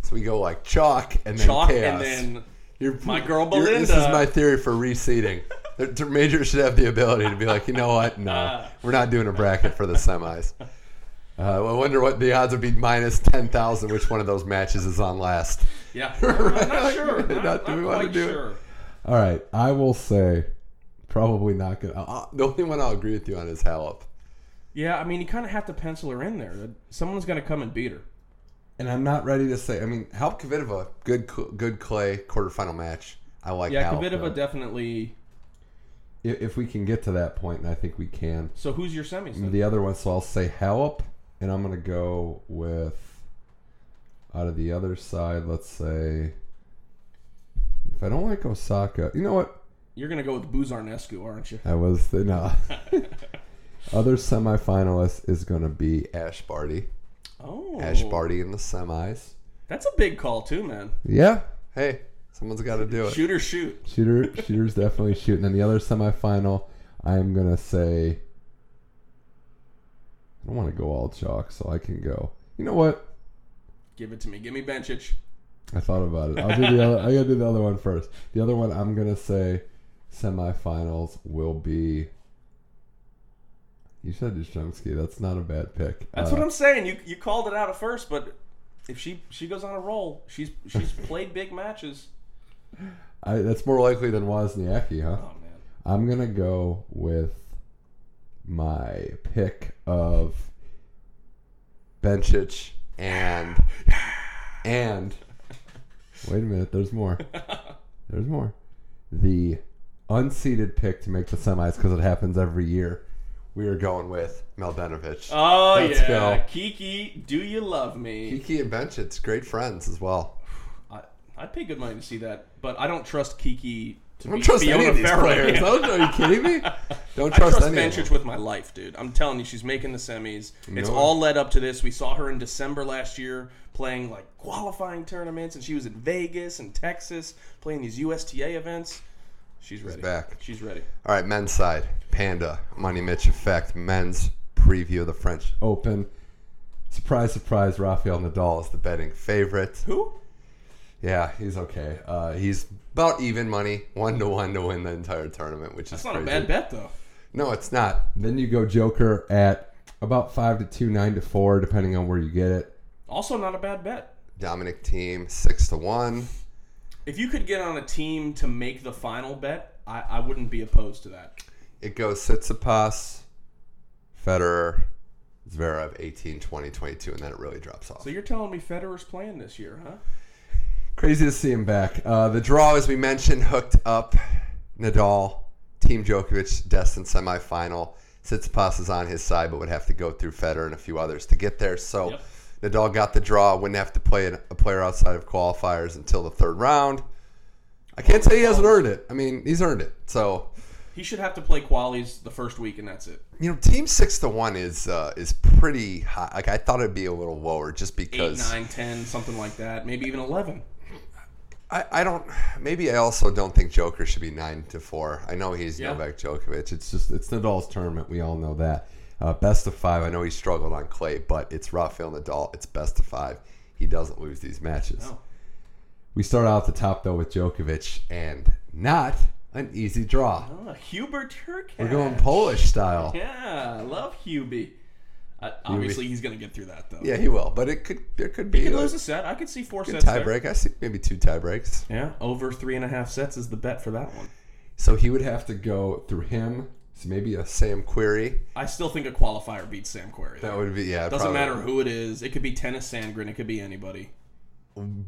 Speaker 1: So we go like chalk and then
Speaker 2: Chalk
Speaker 1: chaos.
Speaker 2: and then
Speaker 1: You're-
Speaker 2: my girl
Speaker 1: you're- This is
Speaker 2: Belinda.
Speaker 1: my theory for reseeding. The- the Major should have the ability to be like, you know what? No,
Speaker 2: Ah.
Speaker 1: we're not doing a bracket for the semis. Uh, I wonder what the odds would be minus ten thousand. Which one of those matches is on last?
Speaker 2: yeah. I'm not- not sure.
Speaker 1: Not-
Speaker 2: Not,
Speaker 1: do we
Speaker 2: not
Speaker 1: wanna
Speaker 2: quite
Speaker 1: do it?
Speaker 2: sure.
Speaker 1: All right, I will say probably not gonna. Uh, the only one I'll agree with you on is Halep.
Speaker 2: Yeah, I mean, you kind of have to pencil her in there. Someone's gonna come and beat her.
Speaker 1: And I'm not ready to say. I mean, Halep Kvitova, good cl- good clay quarterfinal match. I like.
Speaker 2: Yeah,
Speaker 1: Halep,
Speaker 2: Kvitova
Speaker 1: though.
Speaker 2: definitely.
Speaker 1: if, if we can get to that point, and I think we can.
Speaker 2: So who's your semis? then?
Speaker 1: The other one, so I'll say Halep, and I'm gonna go with out of the other side. Let's say if I don't like Osaka, you know what?
Speaker 2: You're gonna go with Buzarnescu, aren't you?
Speaker 1: I was no. other semifinalist is gonna be Ash Barty.
Speaker 2: Oh,
Speaker 1: Ash Barty in the semis.
Speaker 2: That's a big call too, man.
Speaker 1: Yeah. Hey, someone's got to do it.
Speaker 2: Shoot or shoot.
Speaker 1: Shooter, shooter's definitely shooting. And the other semifinal, I am gonna say. I don't want to go all chalk, so I can go. You know what?
Speaker 2: Give it to me. Give me Benchich.
Speaker 1: I thought about it. I'll do the other. I gotta do the other one first. The other one I'm gonna say semifinals will be. You said Yastrzemski. That's not a bad pick.
Speaker 2: That's
Speaker 1: Uh,
Speaker 2: what I'm saying. You you called it out at first, but if she she goes on a roll, she's she's played big matches.
Speaker 1: I, that's more likely than Wozniacki, huh?
Speaker 2: Oh man.
Speaker 1: I'm gonna go with my pick of Benchich and and wait a minute, there's more. There's more. The unseeded pick to make the semis because it happens every year. We are going with Meldenovich.
Speaker 2: Oh
Speaker 1: Let's
Speaker 2: yeah,
Speaker 1: go.
Speaker 2: Kiki, do you love me?
Speaker 1: Kiki and Benchich, great friends as well.
Speaker 2: I, I'd pay good money to see that, but I don't trust Kiki to
Speaker 1: I don't
Speaker 2: be
Speaker 1: trust
Speaker 2: Fiona
Speaker 1: any of these
Speaker 2: Ferro.
Speaker 1: players.
Speaker 2: Yeah.
Speaker 1: Oh, are you kidding me? Don't trust,
Speaker 2: I trust, trust
Speaker 1: any of them.
Speaker 2: Benchich with my life, dude. I'm telling you, she's making the semis. It's
Speaker 1: No.
Speaker 2: all led up to this. We saw her in December last year playing like qualifying tournaments, and she was in Vegas and Texas playing these USTA events. She's ready.
Speaker 1: back.
Speaker 2: She's ready.
Speaker 1: All right, men's side. Panda, Money Mitch Effect, men's preview of the French Open. Surprise, surprise, Rafael Nadal is the betting favorite.
Speaker 2: Who?
Speaker 1: Yeah, he's okay. Uh, he's about even money, one to one to win the entire tournament, which is
Speaker 2: That's not
Speaker 1: crazy.
Speaker 2: a bad bet though.
Speaker 1: No, it's not. Then you go Joker at about five to two, nine to four, depending on where you get it.
Speaker 2: Also, not a bad bet.
Speaker 1: Dominic Team six to one.
Speaker 2: If you could get on a team to make the final bet, I, I wouldn't be opposed to that.
Speaker 1: It goes Sitsipas, Federer, Zverev, 18, 20, 22, and then it really drops off.
Speaker 2: So you're telling me Federer's playing this year, huh?
Speaker 1: Crazy to see him back. Uh, the draw, as we mentioned, hooked up Nadal, Team Djokovic, destined semifinal. Tsitsipas is on his side, but would have to go through Federer and a few others to get there. So
Speaker 2: Yep.
Speaker 1: Nadal got the draw, wouldn't have to play an- a player outside of qualifiers until the third round. I can't say he hasn't earned it. I mean, he's earned it. So
Speaker 2: He should have to play qualies the first week, and that's it.
Speaker 1: you know, team six to one is uh, is pretty high. Like I thought it'd be a little lower, just
Speaker 2: Eight,
Speaker 1: because
Speaker 2: nine, ten, something like that. Maybe even eleven.
Speaker 1: I, I don't. Maybe I also don't think Joker should be nine to four. I know he's
Speaker 2: Yeah.
Speaker 1: Novak Djokovic. It's just it's Nadal's tournament. We all know that. Uh, best of five. I know he struggled on clay, but it's Rafael Nadal. It's best of five. He doesn't lose these matches.
Speaker 2: No.
Speaker 1: We start out at the top though with Djokovic, and not an easy draw.
Speaker 2: Ah, Hubert Turk.
Speaker 1: We're going Polish style.
Speaker 2: Yeah, I love Hubie. Uh, obviously, he's going to get through that though.
Speaker 1: Yeah, he will, but it could there could be
Speaker 2: he could
Speaker 1: a
Speaker 2: lose a set. I could see four sets.
Speaker 1: tie
Speaker 2: there.
Speaker 1: break. I see maybe two tie breaks.
Speaker 2: Yeah, over three and a half sets is the bet for that one.
Speaker 1: So he would have to go through him. So maybe a Sam Query.
Speaker 2: I still think a qualifier beats Sam Querrey.
Speaker 1: That would be yeah.
Speaker 2: Doesn't
Speaker 1: probably.
Speaker 2: matter who it is. It could be Tennis Sandgren. It could be anybody.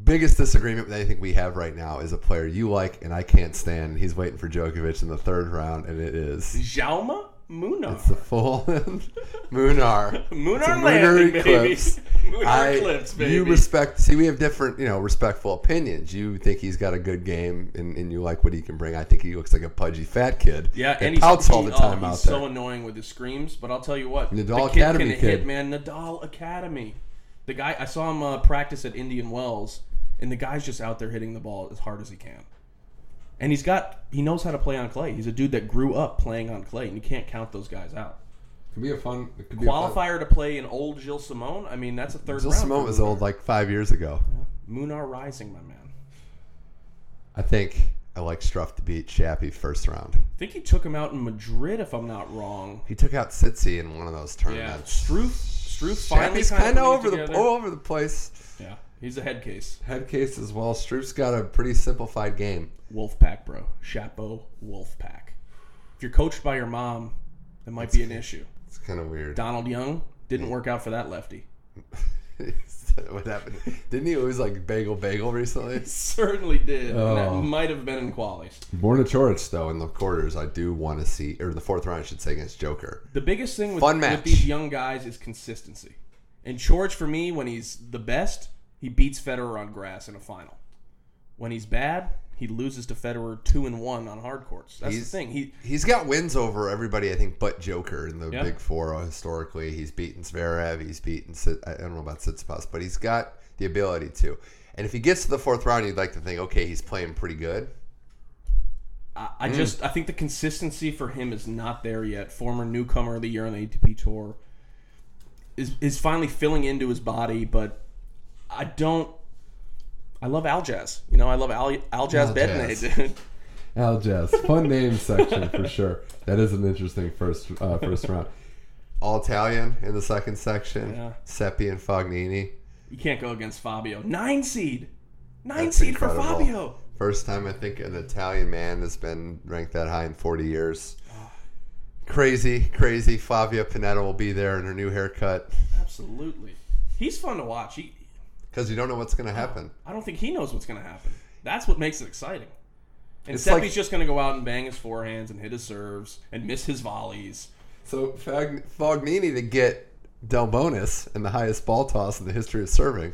Speaker 1: biggest disagreement that I think we have right now is a player you like and I can't stand. He's waiting for Djokovic in the third round, and it is
Speaker 2: Jaume Munar.
Speaker 1: it's the full Munar.
Speaker 2: Moonar
Speaker 1: It's a
Speaker 2: landing, baby. Moonar
Speaker 1: I-
Speaker 2: eclipse, baby.
Speaker 1: You respect. See, we have different, you know, respectful opinions. You think he's got a good game, and, and you like what he can bring. I think he looks like a pudgy fat kid.
Speaker 2: Yeah,
Speaker 1: that
Speaker 2: and he's,
Speaker 1: pouts all the
Speaker 2: he-
Speaker 1: time
Speaker 2: oh,
Speaker 1: out
Speaker 2: he's
Speaker 1: there.
Speaker 2: so annoying with his screams. But I'll tell you what,
Speaker 1: Nadal
Speaker 2: the kid can
Speaker 1: Academy kid.
Speaker 2: hit, man. Nadal Academy. The guy I saw him uh, practice at Indian Wells, and the guy's just out there hitting the ball as hard as he can. And he's got he knows how to play on clay. He's a dude that grew up playing on clay, and you can't count those guys out.
Speaker 1: could be a fun. It could be a fun.
Speaker 2: Qualifier to play an old Jill Simone. I mean, that's a third
Speaker 1: Jill
Speaker 2: round.
Speaker 1: Simone
Speaker 2: for
Speaker 1: was
Speaker 2: Munar.
Speaker 1: old like five years ago.
Speaker 2: Munar Rising, my man.
Speaker 1: I think I like Struff to beat Shappy first round.
Speaker 2: I think he took him out in Madrid, if I'm not wrong.
Speaker 1: He took out Sitsi in one of those
Speaker 2: Yeah,
Speaker 1: tournaments.
Speaker 2: Struth. Struth finally
Speaker 1: Chappie's kind of over
Speaker 2: putting it
Speaker 1: the
Speaker 2: together.
Speaker 1: all over the place.
Speaker 2: Yeah, he's a head case.
Speaker 1: Head case as well. Stroop's got a pretty simplified game.
Speaker 2: Wolfpack, bro. Chapeau, Wolfpack. If you're coached by your mom, that might be an issue.
Speaker 1: It's kind of weird.
Speaker 2: Donald Young didn't work out for that lefty.
Speaker 1: what happened? Didn't he lose like bagel bagel recently?
Speaker 2: Certainly did. And that
Speaker 1: Oh.
Speaker 2: might have been in qualies.
Speaker 1: Borna Chorich though in the quarters, I do want to see or the fourth round, I should say, against Joker.
Speaker 2: The biggest thing with,
Speaker 1: Fun
Speaker 2: with
Speaker 1: match.
Speaker 2: these young guys is consistency. And George, for me, when he's the best, he beats Federer on grass in a final. When he's bad, he loses to Federer two and one on hard courts. That's
Speaker 1: He's-
Speaker 2: the thing. He
Speaker 1: He's got wins over everybody, I think, but Joker in the
Speaker 2: Yeah.
Speaker 1: big four uh, historically. He's beaten Zverev. He's beaten, Sit- I don't know about Sitsipas, but he's got the ability to. And if he gets to the fourth round, you'd like to think, okay, he's playing pretty good.
Speaker 2: I, I
Speaker 1: Mm.
Speaker 2: just I think the consistency for him is not there yet. Former newcomer of the year on the ATP tour is is finally filling into his body, but I don't. I love Aljaz. You know, I love Al, Aljaz
Speaker 1: Aljaz.
Speaker 2: Bednay, dude.
Speaker 1: Al Jazz. Fun name section for sure. That is an interesting first uh, first round. All Italian in the second section.
Speaker 2: Yeah.
Speaker 1: Seppi and Fognini.
Speaker 2: You can't go against Fabio. Nine seed, nine
Speaker 1: That's
Speaker 2: seed
Speaker 1: incredible.
Speaker 2: for Fabio.
Speaker 1: First time I think an Italian man has been ranked that high in 40 years. Crazy, crazy. Flavia Panetta will be there in her new haircut
Speaker 2: Absolutely. He's fun to watch. He,
Speaker 1: because you don't know what's going to happen.
Speaker 2: I don't think he knows what's going to happen. That's what makes it exciting. And
Speaker 1: It's
Speaker 2: Seppi's
Speaker 1: like-
Speaker 2: just going to go out and bang his forehands and hit his serves and miss his volleys.
Speaker 1: So Fag- Fognini to get Del Bonus in the highest ball toss in the history of serving.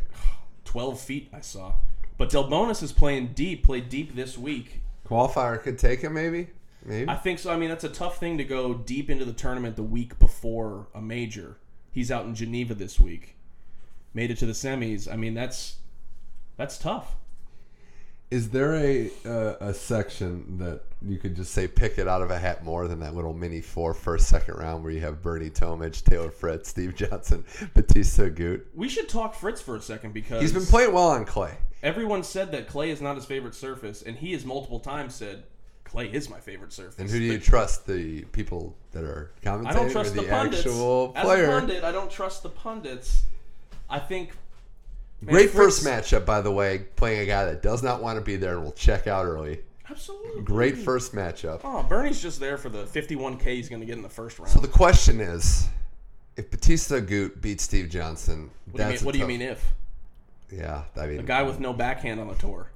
Speaker 2: 12 feet, I saw. But Delbonis is playing deep, played deep this week.
Speaker 1: Qualifier could take him, maybe. Maybe.
Speaker 2: I think so. I mean, that's a tough thing to go deep into the tournament the week before a major. He's out in Geneva this week. Made it to the semis. I mean, that's that's tough.
Speaker 1: Is there a uh, a section that you could just say pick it out of a hat more than that little mini four first second round where you have Bernie Tomich, Taylor Fritz, Steve Johnson, Batista Gut?
Speaker 2: We should talk Fritz for a second because
Speaker 1: He's been playing well on clay.
Speaker 2: everyone said that clay is not his favorite surface, and he has multiple times said clay is my favorite surface.
Speaker 1: And who do
Speaker 2: But
Speaker 1: you trust? The people that are commentating
Speaker 2: I don't trust
Speaker 1: or the,
Speaker 2: the, pundits.
Speaker 1: actual
Speaker 2: As
Speaker 1: player?
Speaker 2: a pundit, I don't trust the pundits. I think man,
Speaker 1: Great
Speaker 2: Fritz-
Speaker 1: first matchup, by the way, playing a guy that does not want to be there and will check out early.
Speaker 2: Absolutely
Speaker 1: Great first matchup.
Speaker 2: Oh, Bernie's just there for the 51k he's going to get in the first round.
Speaker 1: So the question is, if Batista Gut beats Steve Johnson,
Speaker 2: what do you mean,
Speaker 1: that's a
Speaker 2: what do you
Speaker 1: tough-
Speaker 2: mean if?
Speaker 1: Yeah, I mean,
Speaker 2: A guy with no backhand on the tour.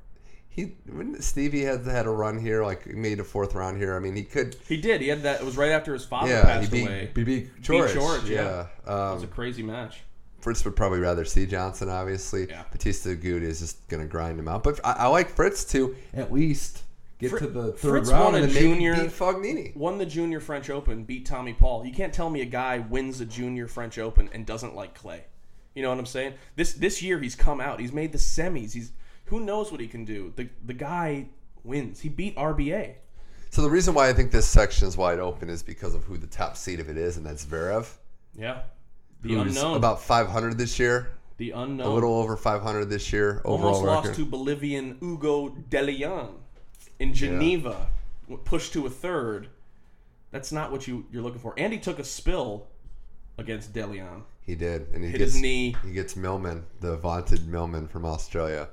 Speaker 1: he when Stevie had had a run here, like he made a fourth round here. I mean, he could.
Speaker 2: He did. He had that. It was right after his father
Speaker 1: Yeah, he
Speaker 2: passed away.
Speaker 1: beat, he beat George.
Speaker 2: George,
Speaker 1: yeah,
Speaker 2: yeah. it was a
Speaker 1: Um,
Speaker 2: crazy match.
Speaker 1: Fritz would probably rather see Johnson, obviously.
Speaker 2: Yeah.
Speaker 1: Batista Gut is just gonna grind him out, but I, I like Fritz to at least get
Speaker 2: Fr-
Speaker 1: to the third
Speaker 2: Fritz
Speaker 1: round
Speaker 2: won a
Speaker 1: and maybe
Speaker 2: junior-
Speaker 1: beat Fognini.
Speaker 2: Won the Junior French Open. Beat Tommy Paul. You can't tell me a guy wins a Junior French Open and doesn't like clay. You know what I'm saying? This this year he's come out. He's made the semis. He's who knows what he can do. The the guy wins. He beat RBA.
Speaker 1: So the reason why I think this section is wide open is because of who the top seed of it is, and that's Zverev,
Speaker 2: Yeah. The
Speaker 1: who's
Speaker 2: unknown.
Speaker 1: about 500 this year,
Speaker 2: the unknown.
Speaker 1: a little over 500 this year overall
Speaker 2: almost
Speaker 1: record.
Speaker 2: lost to Bolivian Hugo De Leon in Geneva, w pushed to a third. That's not what you, you're looking for. And he took a spill against De Leon.
Speaker 1: He did, and he
Speaker 2: Hit
Speaker 1: gets
Speaker 2: his knee.
Speaker 1: He gets Millman, the vaunted Millman from Australia.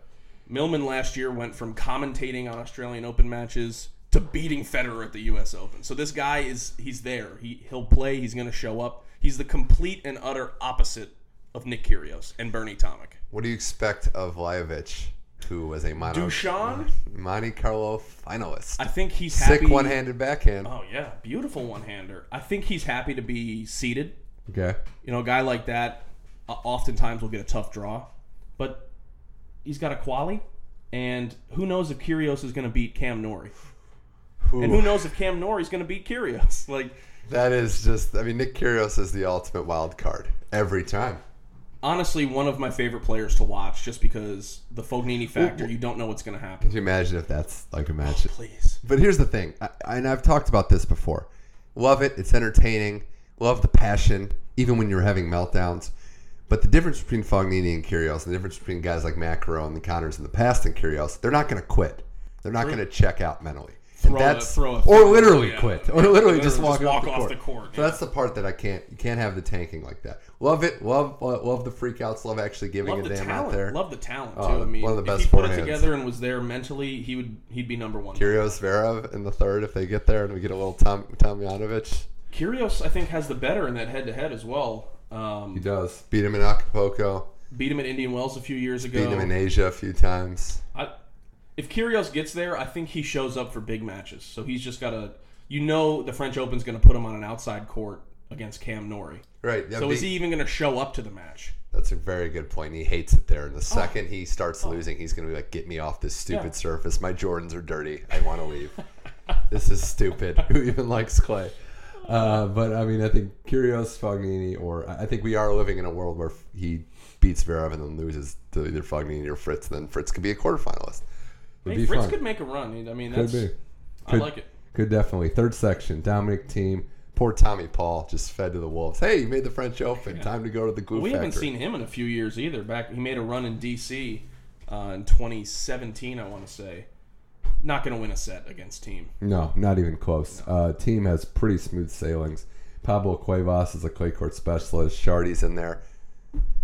Speaker 2: Millman last year went from commentating on Australian Open matches to beating Federer at the U.S. Open. So this guy is he's there. He he'll play. He's going to show up. He's the complete and utter opposite of Nick Kyrgios and Bernie Tomic.
Speaker 1: What do you expect of Lajovic, who was a Mono-
Speaker 2: Dusan,
Speaker 1: Monte Carlo finalist?
Speaker 2: I think he's happy.
Speaker 1: mm. Sick one-handed backhand.
Speaker 2: Oh yeah, beautiful one-hander. I think he's happy to be seated.
Speaker 1: Okay,
Speaker 2: you know, a guy like that uh, oftentimes will get a tough draw, but he's got a quali, and who knows if Kyrgios is going to beat Cam Nori, and who
Speaker 1: Ooh,
Speaker 2: knows if Cam Nori is going to beat Kyrgios. Like
Speaker 1: that is just. I mean, Nick Kyrgios is the ultimate wild card every time.
Speaker 2: honestly, one of my favorite players to watch, just because the Fognini factor. You don't know what's going to happen.
Speaker 1: Could you imagine if that's like a match?
Speaker 2: Please,
Speaker 1: But here's the thing, I, and I've talked about this before. Love it. It's entertaining. Love the passion, even when you're having meltdowns. But the difference between Fognini and Kyrgios, and the difference between guys like Macro and the Connors in the past and Kyrgios, they're not going to quit. They're not going to check out mentally. And
Speaker 2: Throw a-
Speaker 1: that's
Speaker 2: throw a-
Speaker 1: or literally
Speaker 2: yeah.
Speaker 1: quit, or literally just
Speaker 2: Literally
Speaker 1: walk, off,
Speaker 2: just walk
Speaker 1: the
Speaker 2: off
Speaker 1: court.
Speaker 2: the court,
Speaker 1: So
Speaker 2: yeah.
Speaker 1: that's the part that I can't. You can't have the tanking like that. Love it. Love love, love the freakouts. Love actually giving
Speaker 2: love
Speaker 1: a
Speaker 2: the
Speaker 1: damn out
Speaker 2: talent.
Speaker 1: there.
Speaker 2: Love the talent too.
Speaker 1: Oh,
Speaker 2: I mean,
Speaker 1: one of the
Speaker 2: if
Speaker 1: best
Speaker 2: he put it
Speaker 1: forehands.
Speaker 2: together and was there mentally, he would he'd be number one.
Speaker 1: Kyrgios Zverev in the third if they get there and we get a little Tom Tomjanovic.
Speaker 2: Kyrgios, I think, has the better in that head-to-head as well. Um,
Speaker 1: He does. Beat him in Acapulco.
Speaker 2: beat him at Indian Wells a few years ago.
Speaker 1: Beat him in Asia a few times.
Speaker 2: I, if Kyrgios gets there, I think he shows up for big matches. So he's just got to, you know, the French Open's going to put him on an outside court against Cam Nori.
Speaker 1: Right. yeah,
Speaker 2: So is
Speaker 1: be-
Speaker 2: he even going to show up to the match?
Speaker 1: That's a very good point. He hates it there. And the second he starts losing, he's going to be like, get me off this stupid
Speaker 2: Oh. Yeah.
Speaker 1: surface. My Jordans are dirty. I want to leave. this is stupid. Who even likes clay? Uh, but I mean, I think Kyrgios, Fognini, or I I think we are living in a world where he beats Zverev and then loses to either Fognini or Fritz, and then Fritz could be a quarterfinalist. Would
Speaker 2: Hey,
Speaker 1: be
Speaker 2: Fritz
Speaker 1: fun.
Speaker 2: could make a run. I mean,
Speaker 1: Could
Speaker 2: that's,
Speaker 1: be.
Speaker 2: I
Speaker 1: Could-
Speaker 2: like it.
Speaker 1: Could definitely. Third section, Dominic team. Poor Tommy Paul just fed to the wolves. Hey, you made the French Open. Time to go to the glue
Speaker 2: We
Speaker 1: factory.
Speaker 2: haven't seen him in a few years either. Back he made a run in DC uh, in 2017, I want to say. Not going to win a set against team.
Speaker 1: No, not even close. Uh, team has pretty smooth sailings. Pablo Cuevas is a clay court specialist. Shardy's in there.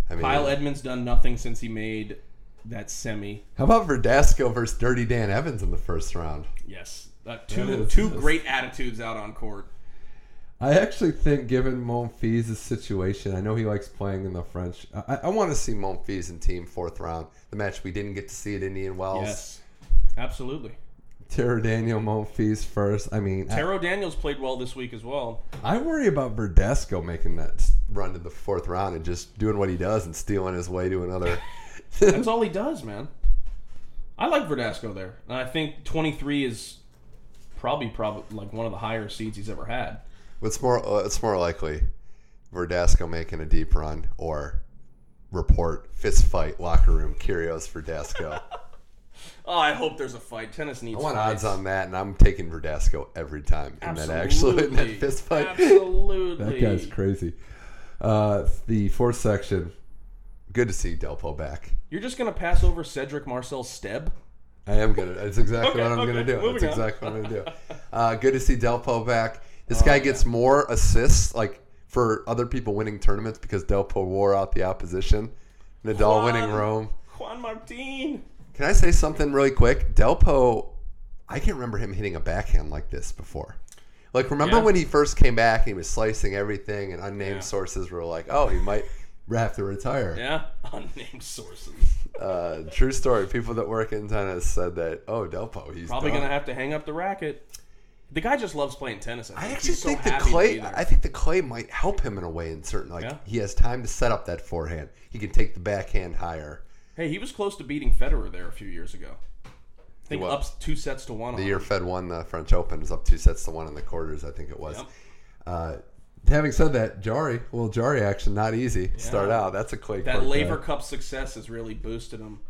Speaker 1: I mean,
Speaker 2: Kyle Edmund's done nothing since he made that semi.
Speaker 1: How about Verdasco versus Dirty Dan Evans in the first round?
Speaker 2: Yes, uh, two
Speaker 1: That is-
Speaker 2: two
Speaker 1: that's-
Speaker 2: great attitudes out on court.
Speaker 1: I actually think, given Monfils' situation, I know he likes playing in the French. I, I want to see Monfils and team fourth round, the match we didn't get to see at Indian Wells.
Speaker 2: Yes, absolutely.
Speaker 1: Terra Daniel Monfils first. I mean, I,
Speaker 2: Taro Daniels played well this week as well.
Speaker 1: I worry about Verdesco making that s- run to the fourth round and just doing what he does and stealing his way to another.
Speaker 2: That's all he does, man. I like Verdasco there, and I think 23 is probably probably like one of the higher seeds he's ever had.
Speaker 1: What's more, uh, it's more likely Verdasco making a deep run or report fist fight locker room Curios Verdasco.
Speaker 2: Oh, I hope there's a fight. Tennis needs
Speaker 1: I want odds
Speaker 2: fights.
Speaker 1: on that, and I'm taking Verdasco every time in that actually in that
Speaker 2: Absolutely.
Speaker 1: fist fight.
Speaker 2: Absolutely.
Speaker 1: That guy's crazy. Uh, the fourth section. Good to see Delpo back.
Speaker 2: You're just gonna pass over Cedric Marcel Steb?
Speaker 1: I am gonna. That's exactly
Speaker 2: Okay,
Speaker 1: what I'm gonna
Speaker 2: okay,
Speaker 1: do. That's
Speaker 2: moving on.
Speaker 1: exactly what I'm gonna do. Uh, good to see Delpo back. This guy gets more assists, like for other people winning tournaments because Delpo wore out the opposition. Nadal
Speaker 2: Juan.
Speaker 1: winning Rome.
Speaker 2: Juan Martin.
Speaker 1: Can I say something really quick? Delpo, I can't remember him hitting a backhand like this before. Like, remember
Speaker 2: Yeah.
Speaker 1: when he first came back and he was slicing everything, and unnamed
Speaker 2: Yeah.
Speaker 1: sources were like, "Oh, he might have to retire."
Speaker 2: Yeah. Unnamed sources.
Speaker 1: Uh, true story. People that work in tennis said that. Oh, Delpo, he's
Speaker 2: Probably
Speaker 1: done."
Speaker 2: gonna have to hang up the racket. The guy just loves playing tennis. I,
Speaker 1: I
Speaker 2: think.
Speaker 1: actually
Speaker 2: He's so
Speaker 1: think the
Speaker 2: happy to
Speaker 1: clay.
Speaker 2: be there.
Speaker 1: I think the clay might help him in a way in certain. Like
Speaker 2: Yeah.
Speaker 1: he has time to set up that forehand. He can take the backhand higher.
Speaker 2: Hey, he was close to beating Federer there a few years ago. I think
Speaker 1: was.
Speaker 2: ups two sets to one.
Speaker 1: The
Speaker 2: on
Speaker 1: year
Speaker 2: him.
Speaker 1: Fed won the French Open is up two sets to one in the quarters. I think it was.
Speaker 2: Yep.
Speaker 1: Uh, having said that, Jari, well, Jari action not easy. to Start out. That's a clay.
Speaker 2: That
Speaker 1: court
Speaker 2: Laver
Speaker 1: guy.
Speaker 2: Cup success has really boosted him.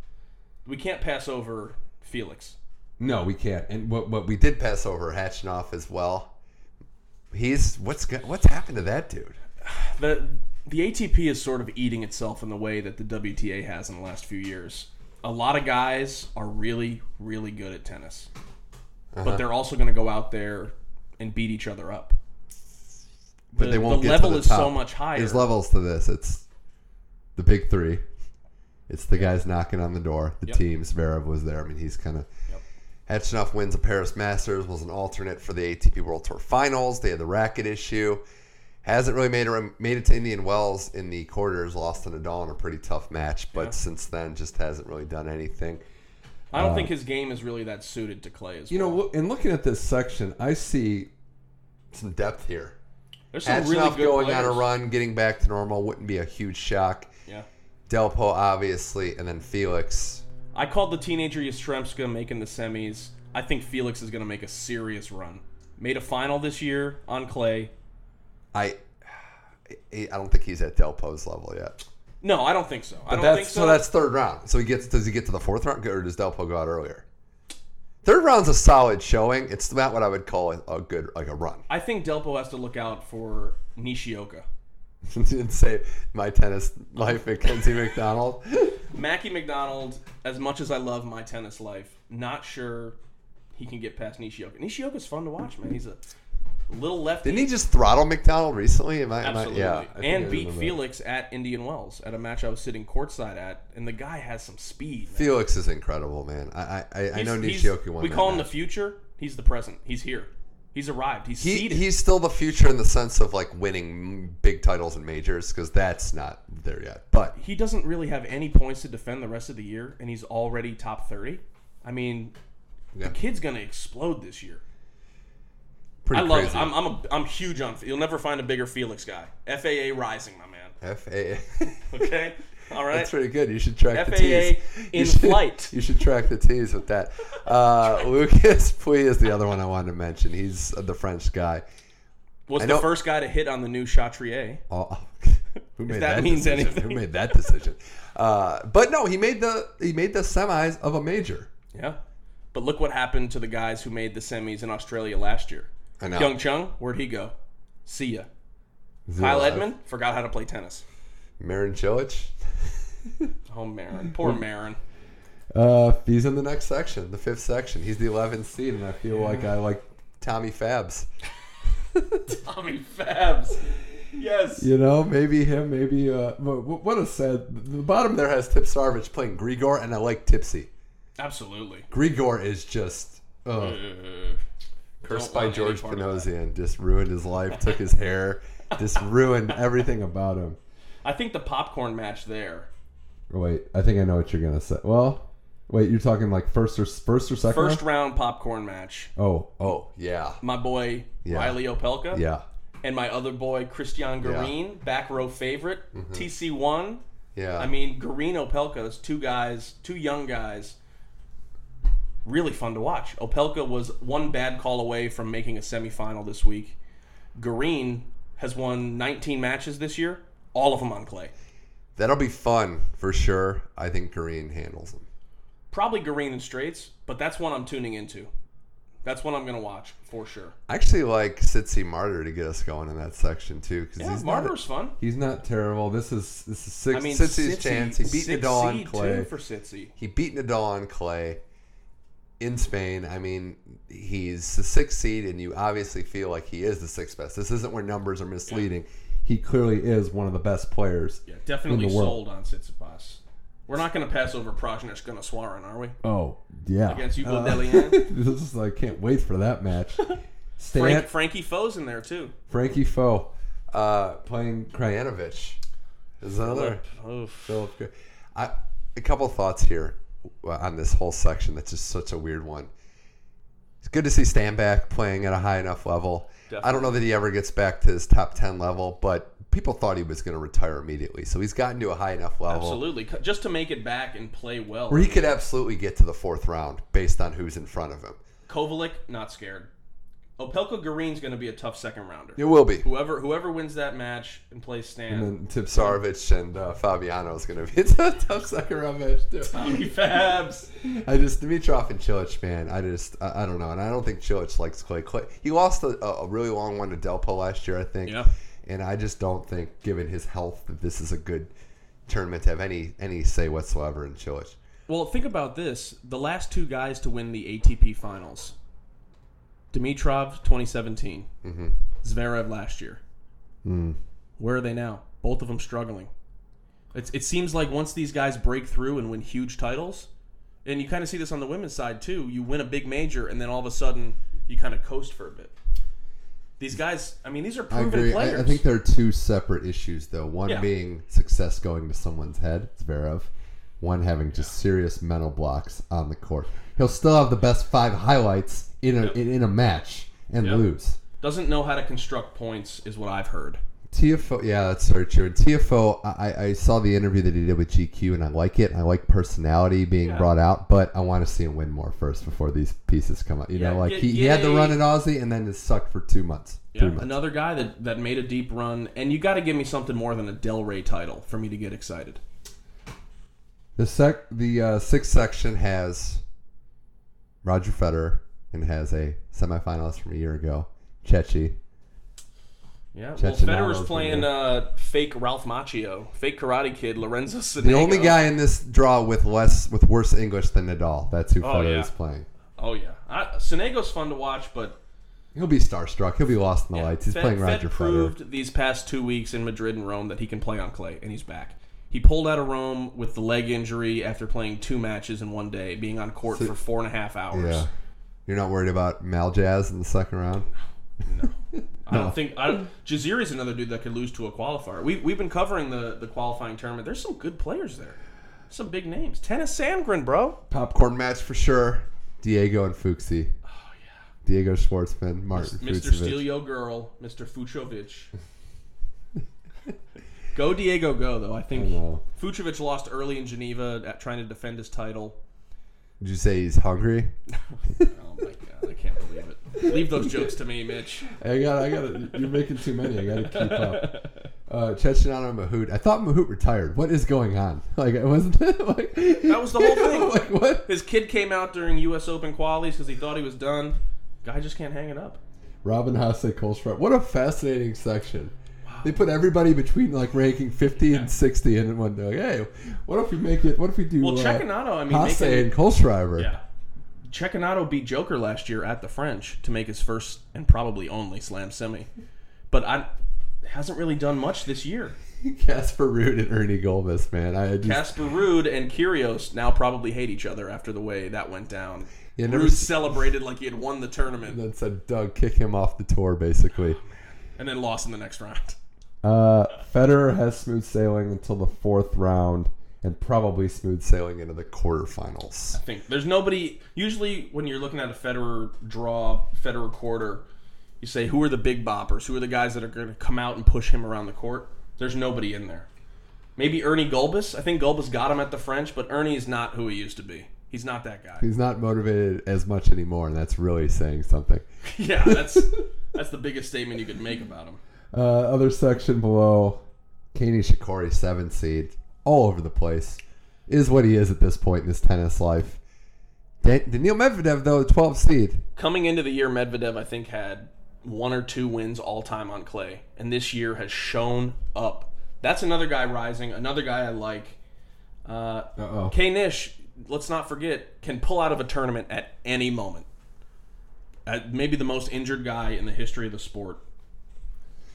Speaker 2: We can't pass over Felix.
Speaker 1: No, we can't. And what what we did pass over Hatchinoff as well. He's what's go- what's happened to that dude?
Speaker 2: the the ATP is sort of eating itself in the way that the WTA has in the last few years. A lot of guys are really, really good at tennis,
Speaker 1: Uh-huh.
Speaker 2: but they're also going to go out there and beat each other up.
Speaker 1: But
Speaker 2: The-
Speaker 1: they won't
Speaker 2: the
Speaker 1: get
Speaker 2: level
Speaker 1: to the
Speaker 2: is so
Speaker 1: top.
Speaker 2: much higher.
Speaker 1: There's levels to this. It's the big three. It's the guys knocking on the door. The
Speaker 2: Yep.
Speaker 1: team. Zverev was there. I mean, he's kind of.
Speaker 2: Yep.
Speaker 1: Hatchinoff wins a Paris Masters. Was an alternate for the ATP World Tour Finals. They had the racket issue. Hasn't really made it made it to Indian Wells in the quarters. Lost to Nadal in a pretty tough match, but since then just hasn't really done anything.
Speaker 2: I don't
Speaker 1: Uh.
Speaker 2: think his game is really that suited to clay. As
Speaker 3: You
Speaker 2: well.
Speaker 3: know, loo- in looking at this section, I see
Speaker 1: Some depth here.
Speaker 2: there's some
Speaker 1: Hatchinoff
Speaker 2: really good
Speaker 1: going
Speaker 2: players.
Speaker 1: on a run, getting back to normal wouldn't be a huge shock.
Speaker 2: Yeah,
Speaker 1: Delpo obviously, and then Felix.
Speaker 2: I called the teenager Yastremska making the semis. I think Felix is going to make a serious run. Made a final this year on clay.
Speaker 1: I I I don't think he's at Delpo's level yet.
Speaker 2: No, I don't think so. I don't
Speaker 1: That's,
Speaker 2: think
Speaker 1: so.
Speaker 2: so.
Speaker 1: that's third round. So he gets does he get to the fourth round or does Delpo go out earlier? Third round's a solid showing. It's not what I would call a, a good like a run.
Speaker 2: I think Delpo has to look out for Nishioka.
Speaker 1: Didn't say my tennis life at Kenzie McDonald.
Speaker 2: Mackie McDonald, as much as I love my tennis life, not sure he can get past Nishioka. Nishioka's fun to watch, man. He's a little lefty.
Speaker 1: Didn't he just throttle McDonald recently? Am I, am I-
Speaker 2: Absolutely.
Speaker 1: yeah, I think I
Speaker 2: and beat
Speaker 1: remember.
Speaker 2: Felix at Indian Wells at a match I was sitting courtside at, and the guy has some speed. man.
Speaker 1: Felix is incredible, man. I I, I, I know
Speaker 2: He's-
Speaker 1: Nishioka won.
Speaker 2: We
Speaker 1: that
Speaker 2: call him
Speaker 1: match.
Speaker 2: the future. He's the present. He's here. He's arrived. He's
Speaker 1: He,
Speaker 2: seated.
Speaker 1: he's still the future in the sense of like winning big titles and majors because that's not there yet. But
Speaker 2: he doesn't really have any points to defend the rest of the year, and he's already top 30. I mean,
Speaker 1: Yeah.
Speaker 2: the kid's going to explode this year. I
Speaker 1: pretty
Speaker 2: love
Speaker 1: crazy.
Speaker 2: I'm, I'm, a, I'm huge on. You'll never find a bigger Felix guy. FAA rising, my man.
Speaker 1: FAA.
Speaker 2: Okay? All right?
Speaker 1: That's pretty good. You should track the
Speaker 2: FAA
Speaker 1: tees. you
Speaker 2: in
Speaker 1: should,
Speaker 2: flight.
Speaker 1: You should track the tees with that. Uh, Lucas Puy is the other one I wanted to mention. He's the French guy.
Speaker 2: Was
Speaker 1: I
Speaker 2: the
Speaker 1: know-
Speaker 2: first guy to hit on the new Chatrier.
Speaker 1: Oh, who made
Speaker 2: that means
Speaker 1: decision?
Speaker 2: anything.
Speaker 1: Who made that decision? Uh, but no, he made the he made the semis of a major.
Speaker 2: Yeah. But look what happened to the guys who made the semis in Australia last year.
Speaker 1: I know.
Speaker 2: Kyung Chung, where'd he go? See ya.
Speaker 1: Is he
Speaker 2: Kyle
Speaker 1: alive?
Speaker 2: Edmund forgot how to play tennis.
Speaker 1: Marin Cilic.
Speaker 2: Oh, Marin. Poor
Speaker 1: Mm.
Speaker 2: Marin.
Speaker 1: Uh, he's in the next section, the fifth section. He's the 11th seed, and I feel like I like Tommy Fabs.
Speaker 2: Tommy Fabs. Yes.
Speaker 3: You know, maybe him, maybe uh, wh- what a sad. The bottom
Speaker 1: There
Speaker 3: there.
Speaker 1: has Tip Sarvich playing Grigor, and I like Tipsy.
Speaker 2: Absolutely.
Speaker 1: Grigor is just
Speaker 3: oh,
Speaker 2: Mm,
Speaker 1: ugh, cursed by
Speaker 2: want any
Speaker 1: George
Speaker 2: part of that.
Speaker 1: Panosian. Just ruined his life, took his hair, just ruined everything about him.
Speaker 2: I think the popcorn match there.
Speaker 3: Oh, Wait, I think I know what you're gonna say. Well, wait, you're talking like first or first or second?
Speaker 2: First
Speaker 1: Uh-huh.
Speaker 3: round?
Speaker 2: round popcorn match.
Speaker 3: Oh,
Speaker 1: Oh yeah,
Speaker 2: My boy Riley Opelka
Speaker 1: yeah,
Speaker 2: and my other boy Christian Garin, back row favorite, TC1.
Speaker 1: Mm-hmm. yeah.
Speaker 2: I mean, Garin Opelka, those two guys, two young guys, really fun to watch. Opelka was one bad call away from making a semifinal this week. Garin has won 19 matches this year, all of them on clay.
Speaker 1: that'll be fun for sure. I think Green handles him.
Speaker 2: Probably Garin in straights, but that's one I'm tuning into. That's one I'm going to watch for sure.
Speaker 1: I actually like Sitsi Martyr to get us going in that section too, because
Speaker 2: Yeah,
Speaker 1: he's not a-
Speaker 2: Marty's fun.
Speaker 3: he's not terrible. This is this is six.
Speaker 2: I mean,
Speaker 1: Sitsy's
Speaker 2: Sitsi-
Speaker 1: chance. He beat
Speaker 2: Sitsi
Speaker 1: Nadal on
Speaker 2: too
Speaker 1: clay.
Speaker 2: for Sitsi.
Speaker 1: He beat Nadal on clay in Spain. I mean, he's the sixth seed, and you obviously feel like he is the sixth best. This isn't where numbers are misleading.
Speaker 3: he clearly is one of the best players.
Speaker 2: Yeah, definitely
Speaker 3: In the world.
Speaker 2: sold on Sitsipas. We're not going to pass over Prajnesh Gunaswaran, are we?
Speaker 3: Oh yeah.
Speaker 2: Against Hugo
Speaker 3: Uh,
Speaker 2: Delian.
Speaker 3: this is I can't wait for that match. Stan
Speaker 2: Frank, Frankie Foe's in there too.
Speaker 3: Frankie Foe
Speaker 1: Uh,
Speaker 3: playing Cry-
Speaker 1: Krajanovic is another.
Speaker 2: Oof.
Speaker 1: Philip Gra- I, a couple thoughts here uh, on this whole section. That's just such a weird one. It's good to see Stan back playing at a high enough level. I don't know that he ever gets back to his top 10 level, but people thought he was going to retire immediately. So he's gotten to a high enough level
Speaker 2: Absolutely, C- just to make it back and play well.
Speaker 1: where he could absolutely get to the fourth round based on who's in front of him.
Speaker 2: Kovalik not scared. Opelka Garin's going to be a tough second rounder.
Speaker 1: It will be.
Speaker 2: Whoever whoever wins that match and plays Stan,
Speaker 3: and Tip
Speaker 1: Sarvich and uh, Fabiano is going to be it's a tough second round match, too.
Speaker 2: Tommy Fabs.
Speaker 1: I just Dimitrov and Chilich, man. I just I, I don't know, and I don't think Chilich likes Clay. Clay he lost a, a really long one to Delpo last year, I think.
Speaker 2: Yeah.
Speaker 1: And I just don't think, given his health, that this is a good tournament to have any any say whatsoever in Chilich.
Speaker 2: Well, think about this: the last two guys to win the ATP Finals, Dimitrov 2017,
Speaker 1: Mm-hmm.
Speaker 2: Zverev last year.
Speaker 1: Hmm.
Speaker 2: Where are they now? Both of them struggling. It's, it seems like once these guys break through and win huge titles, and you kind of see this on the women's side too. You win a big major, and then all of a sudden you kind of coast for a bit. These guys, I mean, these are
Speaker 1: I
Speaker 2: proven
Speaker 1: agree.
Speaker 2: players.
Speaker 1: I, I think there are two separate issues, though. One
Speaker 2: Yeah.
Speaker 1: being success going to someone's head, Zverev. One having just serious mental blocks on the court. He'll still have the best five highlights in a in, in a match and lose.
Speaker 2: doesn't know how to construct points is what I've heard.
Speaker 1: TFO, yeah, that's very true. And TFO, I- I, I saw the interview that he did with GQ, and I like it. I like personality being brought out, but I want to see him win more first before these pieces come out. You know,
Speaker 2: Yeah,
Speaker 1: like
Speaker 2: get-
Speaker 1: he, he had the
Speaker 2: yay.
Speaker 1: run in Aussie, and then it sucked for two months.
Speaker 2: Yeah,
Speaker 1: Three months.
Speaker 2: another guy that, that made a deep run, and you got to give me something more than a Del Rey title for me to get excited.
Speaker 1: The sec, the uh, sixth section has Roger Federer and has a semifinalist from a year ago, Chechi.
Speaker 2: Yeah, well,
Speaker 1: Chechinaro's
Speaker 2: Federer's playing uh, fake Ralph Macchio, fake Karate Kid Lorenzo Sonego.
Speaker 1: The only guy in this draw with less with worse English than Nadal. That's who Federer
Speaker 2: yeah.
Speaker 1: is playing.
Speaker 2: Oh yeah, I, Sonego's fun to watch, but
Speaker 1: He'll be starstruck. He'll be lost in the lights. He's
Speaker 2: Fed,
Speaker 1: Oh, playing
Speaker 2: Fed
Speaker 1: Roger Federer.
Speaker 2: proved these past two weeks in Madrid and Rome that he can play on clay, and he's back. He pulled out of Rome with the leg injury after playing two matches in one day, being on court for four and a half hours.
Speaker 1: Yeah. You're not worried about Maljaz in the second round?
Speaker 2: I don't think I Jaziri's another dude that could lose to a qualifier. We we've been covering the the qualifying tournament. There's some good players there. Some big names. Tennis Sandgren, bro.
Speaker 1: Popcorn match for sure. Diego and Fuxi. Oh, yeah. Diego Schwartzman, Martin
Speaker 2: Mr.
Speaker 1: Fucsovic.
Speaker 2: Steal Yo Girl, Mr. Fuchovich. go Diego go though. I think
Speaker 3: know.
Speaker 2: Fuchovich lost early in Geneva at trying to defend his title.
Speaker 1: Did you say he's hungry?
Speaker 2: Oh my god, I can't believe it. Leave those jokes to me, Mitch.
Speaker 3: I got, I got. You're making too many. I got to keep up.
Speaker 1: Uh, Chechenano Mahout. I thought Mahout retired. What is going on? Like, it wasn't like. That
Speaker 2: was the whole thing.
Speaker 1: like, what?
Speaker 2: His kid came out during US Open qualies because he thought he was done. Guy just can't hang it up.
Speaker 3: Robin Hasse Kohlschreiber. What a fascinating section. They put everybody between like ranking 50 and 60 in one. They're like, hey, what if we make it? What if we do?
Speaker 2: Well,
Speaker 3: uh,
Speaker 2: Checonato, I mean,
Speaker 1: Hasse
Speaker 2: making-
Speaker 1: and Kohlschreiber.
Speaker 2: Yeah. Checonato beat Joker last year at the French to make his first and probably only slam semi. But I hasn't really done much this year.
Speaker 1: Casper Ruud and Ernie Gomez, man. I just
Speaker 2: Casper Ruud and Kyrgios now probably hate each other after the way that went down.
Speaker 1: yeah, never
Speaker 2: Ruud celebrated like he had won the tournament
Speaker 1: then said, Doug, kick him off the tour, basically.
Speaker 2: and then lost in the next round.
Speaker 1: Uh, Federer has smooth sailing until the fourth round and probably smooth sailing into the quarterfinals.
Speaker 2: I think there's nobody. Usually, when you're looking at a Federer draw, Federer quarter, you say who are the big boppers? Who are the guys that are going to come out and push him around the court? There's nobody in there. Maybe Ernie Gulbis. I think Gulbis got him at the French, but Ernie is not who he used to be. He's not that guy.
Speaker 1: He's not motivated as much anymore, and that's really saying something.
Speaker 2: yeah, that's that's the biggest statement you could make about him.
Speaker 1: Uh, other section below, Kane Shikori, seven seed, all over the place, is what he is at this point in his tennis life. Dan- Daniil Medvedev, though, 12 seed.
Speaker 2: Coming into the year, Medvedev I think had one or two wins all time on clay, and this year has shown up. That's another guy rising. Another guy I like. Uh,
Speaker 1: Uh-oh.
Speaker 2: K Nish, let's not forget, can pull out of a tournament at any moment. Uh, maybe the most injured guy in the history of the sport,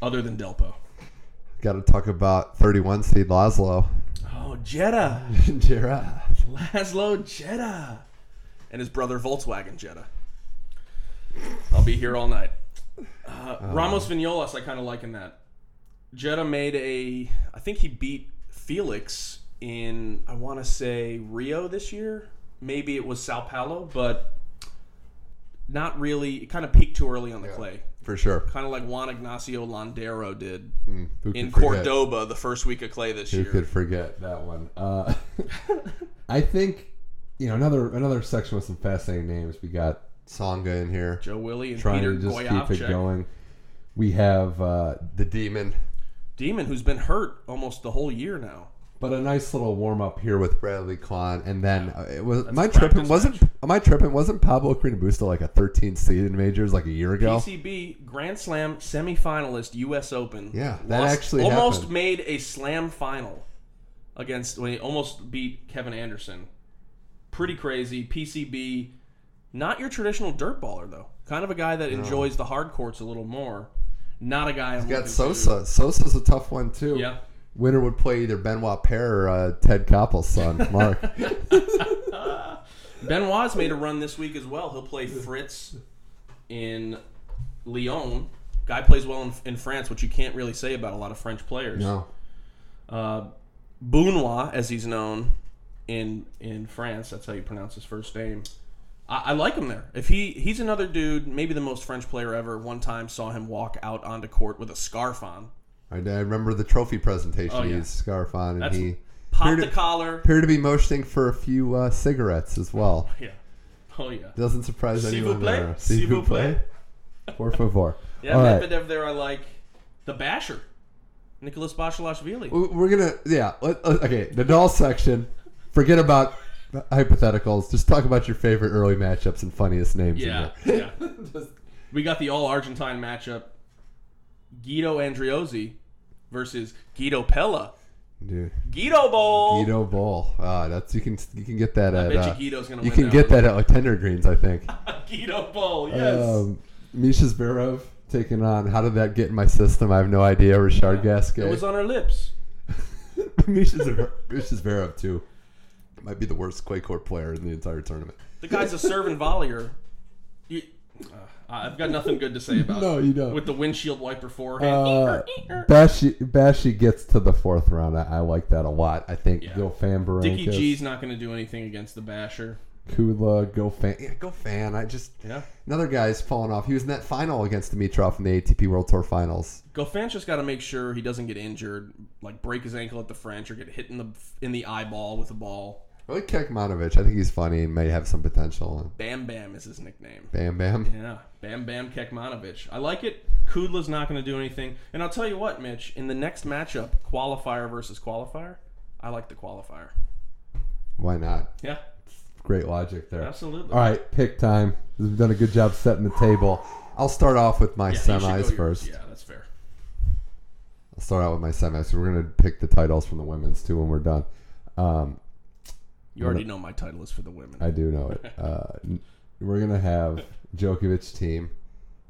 Speaker 2: other than Delpo.
Speaker 1: Got to talk about 31 seed Laszlo.
Speaker 2: Oh, Jetta.
Speaker 1: Gerard.
Speaker 2: Laszlo Jetta. And his brother Volkswagen Jetta. I'll be here all night. Uh,
Speaker 1: Uh-huh.
Speaker 2: Ramos Vinolas, I kind of like in that. Jetta made a. I think he beat Felix in, I want to say, Rio this year. Maybe it was Sao Paulo, but not really. It kind of peaked too early on the clay.
Speaker 1: For sure.
Speaker 2: Kind of like Juan Ignacio Landero did
Speaker 1: Mm, who
Speaker 2: in
Speaker 1: could forget?
Speaker 2: Cordoba the first week of clay this
Speaker 1: Who
Speaker 2: year.
Speaker 1: could forget that one? Uh, I think, you know, another another section with some fascinating names. We got
Speaker 4: Songa in here.
Speaker 2: Joe Willie and
Speaker 1: trying
Speaker 2: Peter
Speaker 1: to just keep it
Speaker 2: Goyavchek.
Speaker 1: going. We have, uh,
Speaker 4: The Demon.
Speaker 2: Demon, who's been hurt almost the whole year now.
Speaker 1: but a nice little warm up here with Bradley Kwan, and then uh, it was my
Speaker 2: a
Speaker 1: tripping
Speaker 2: practice
Speaker 1: wasn't am I tripping wasn't Pablo Carreño like a 13 seed in majors like a year ago?
Speaker 2: PCB Grand Slam semifinalist, U.S. Open.
Speaker 1: Yeah, that actually
Speaker 2: almost
Speaker 1: happened.
Speaker 2: made a slam final against when he almost beat Kevin Anderson. Pretty crazy. PCB, not your traditional dirt baller though. Kind of a guy that enjoys the hard courts a little more. Not a guy. I'm
Speaker 4: Got
Speaker 2: looking
Speaker 4: Sosa. Sosa's a tough one too.
Speaker 2: To. Yeah.
Speaker 1: Winner would play either Benoit Paire or uh, Ted Koppel's son Mark.
Speaker 2: Benoit's made a run this week as well. He'll play Fritz in Lyon. Guy plays well in, in France, which you can't really say about a lot of French players.
Speaker 1: no,
Speaker 2: Uh, Bounois, as he's known in in France, that's how you pronounce his first name. I, I like him there. If he he's another dude, maybe the most French player ever. One time saw him walk out onto court with a scarf on,
Speaker 4: I, I remember the trophy presentation.
Speaker 2: Oh, yeah.
Speaker 4: He had scarf on, and
Speaker 2: That's-
Speaker 4: he
Speaker 2: pop
Speaker 4: Heard
Speaker 2: the
Speaker 4: it.
Speaker 2: collar.
Speaker 4: appeared to be motioning for a few uh, cigarettes as well.
Speaker 2: Yeah, oh yeah.
Speaker 4: Doesn't surprise
Speaker 2: S'il
Speaker 4: anyone
Speaker 2: vous plaît.
Speaker 4: there.
Speaker 2: S'il vous plaît.
Speaker 1: por favor.
Speaker 2: Yeah,
Speaker 1: All right.
Speaker 2: Medvedev there. I like the Basher, Nicholas Bashalashvili.
Speaker 1: We- We're gonna, yeah. Let, let- okay, Nadal section. Forget about hypotheticals. Just talk about your favorite early matchups and funniest names.
Speaker 2: Yeah,
Speaker 1: In
Speaker 2: yeah.
Speaker 1: there. Just-
Speaker 2: We got the all Argentine matchup: Guido Andriozzi versus Guido Pella.
Speaker 1: dude,
Speaker 2: Guido Bowl.
Speaker 1: Guido Ball. Ah, that's you can you can get that at.
Speaker 2: Bet you
Speaker 1: uh,
Speaker 2: Guido's gonna
Speaker 1: you
Speaker 2: win.
Speaker 1: can
Speaker 2: that
Speaker 1: get
Speaker 2: one.
Speaker 1: that at like, Tender Greens, I think.
Speaker 2: Guido Bowl. Yes.
Speaker 1: Um, Misha Zverev taking on. How did that get in my system? I have no idea. Richard Gasquet.
Speaker 2: it was on our lips.
Speaker 1: Misha Zver- Misha Zverev too. Might be the worst clay court player in the entire tournament.
Speaker 2: The guy's a serve and volleyer. You, uh, I've got nothing good to say about
Speaker 1: No,
Speaker 2: it.
Speaker 1: you don't.
Speaker 2: With the windshield wiper forehand.
Speaker 1: Uh, Bashi Bashi gets to the fourth round. I, I like that a lot. I think
Speaker 2: Yeah.
Speaker 1: go fan
Speaker 2: Dickie
Speaker 1: Barancas,
Speaker 2: G's not going to do anything against the basher.
Speaker 1: Kula, go fan. Yeah, go fan. I just
Speaker 2: Yeah.
Speaker 1: another guy's falling off. He was in that final against Dimitrov in the ATP World Tour Finals.
Speaker 2: Goffin just got to make sure he doesn't get injured, like break his ankle at the French or get hit in the in the eyeball with a ball.
Speaker 1: I like Kekmanovic. I think he's funny and may have some potential.
Speaker 2: Bam Bam is his nickname.
Speaker 1: Bam Bam.
Speaker 2: Yeah, Bam Bam Kekmanovic. I like it. Kudla's not going to do anything. And I'll tell you what, Mitch, in the next matchup, qualifier versus qualifier, I like the qualifier.
Speaker 1: Why not?
Speaker 2: Yeah,
Speaker 1: Great logic there.
Speaker 2: absolutely.
Speaker 1: All right, pick time. We've done a good job setting the table. I'll start off with my
Speaker 2: Yeah, you should go
Speaker 1: semis
Speaker 2: yours.
Speaker 1: first.
Speaker 2: Yeah, that's fair.
Speaker 1: I'll start out with my semis. We're gonna pick the titles from the women's too when we're done. Um,
Speaker 2: You already know my title is for the women.
Speaker 1: I do know it. Uh, n- we're gonna have Djokovic team,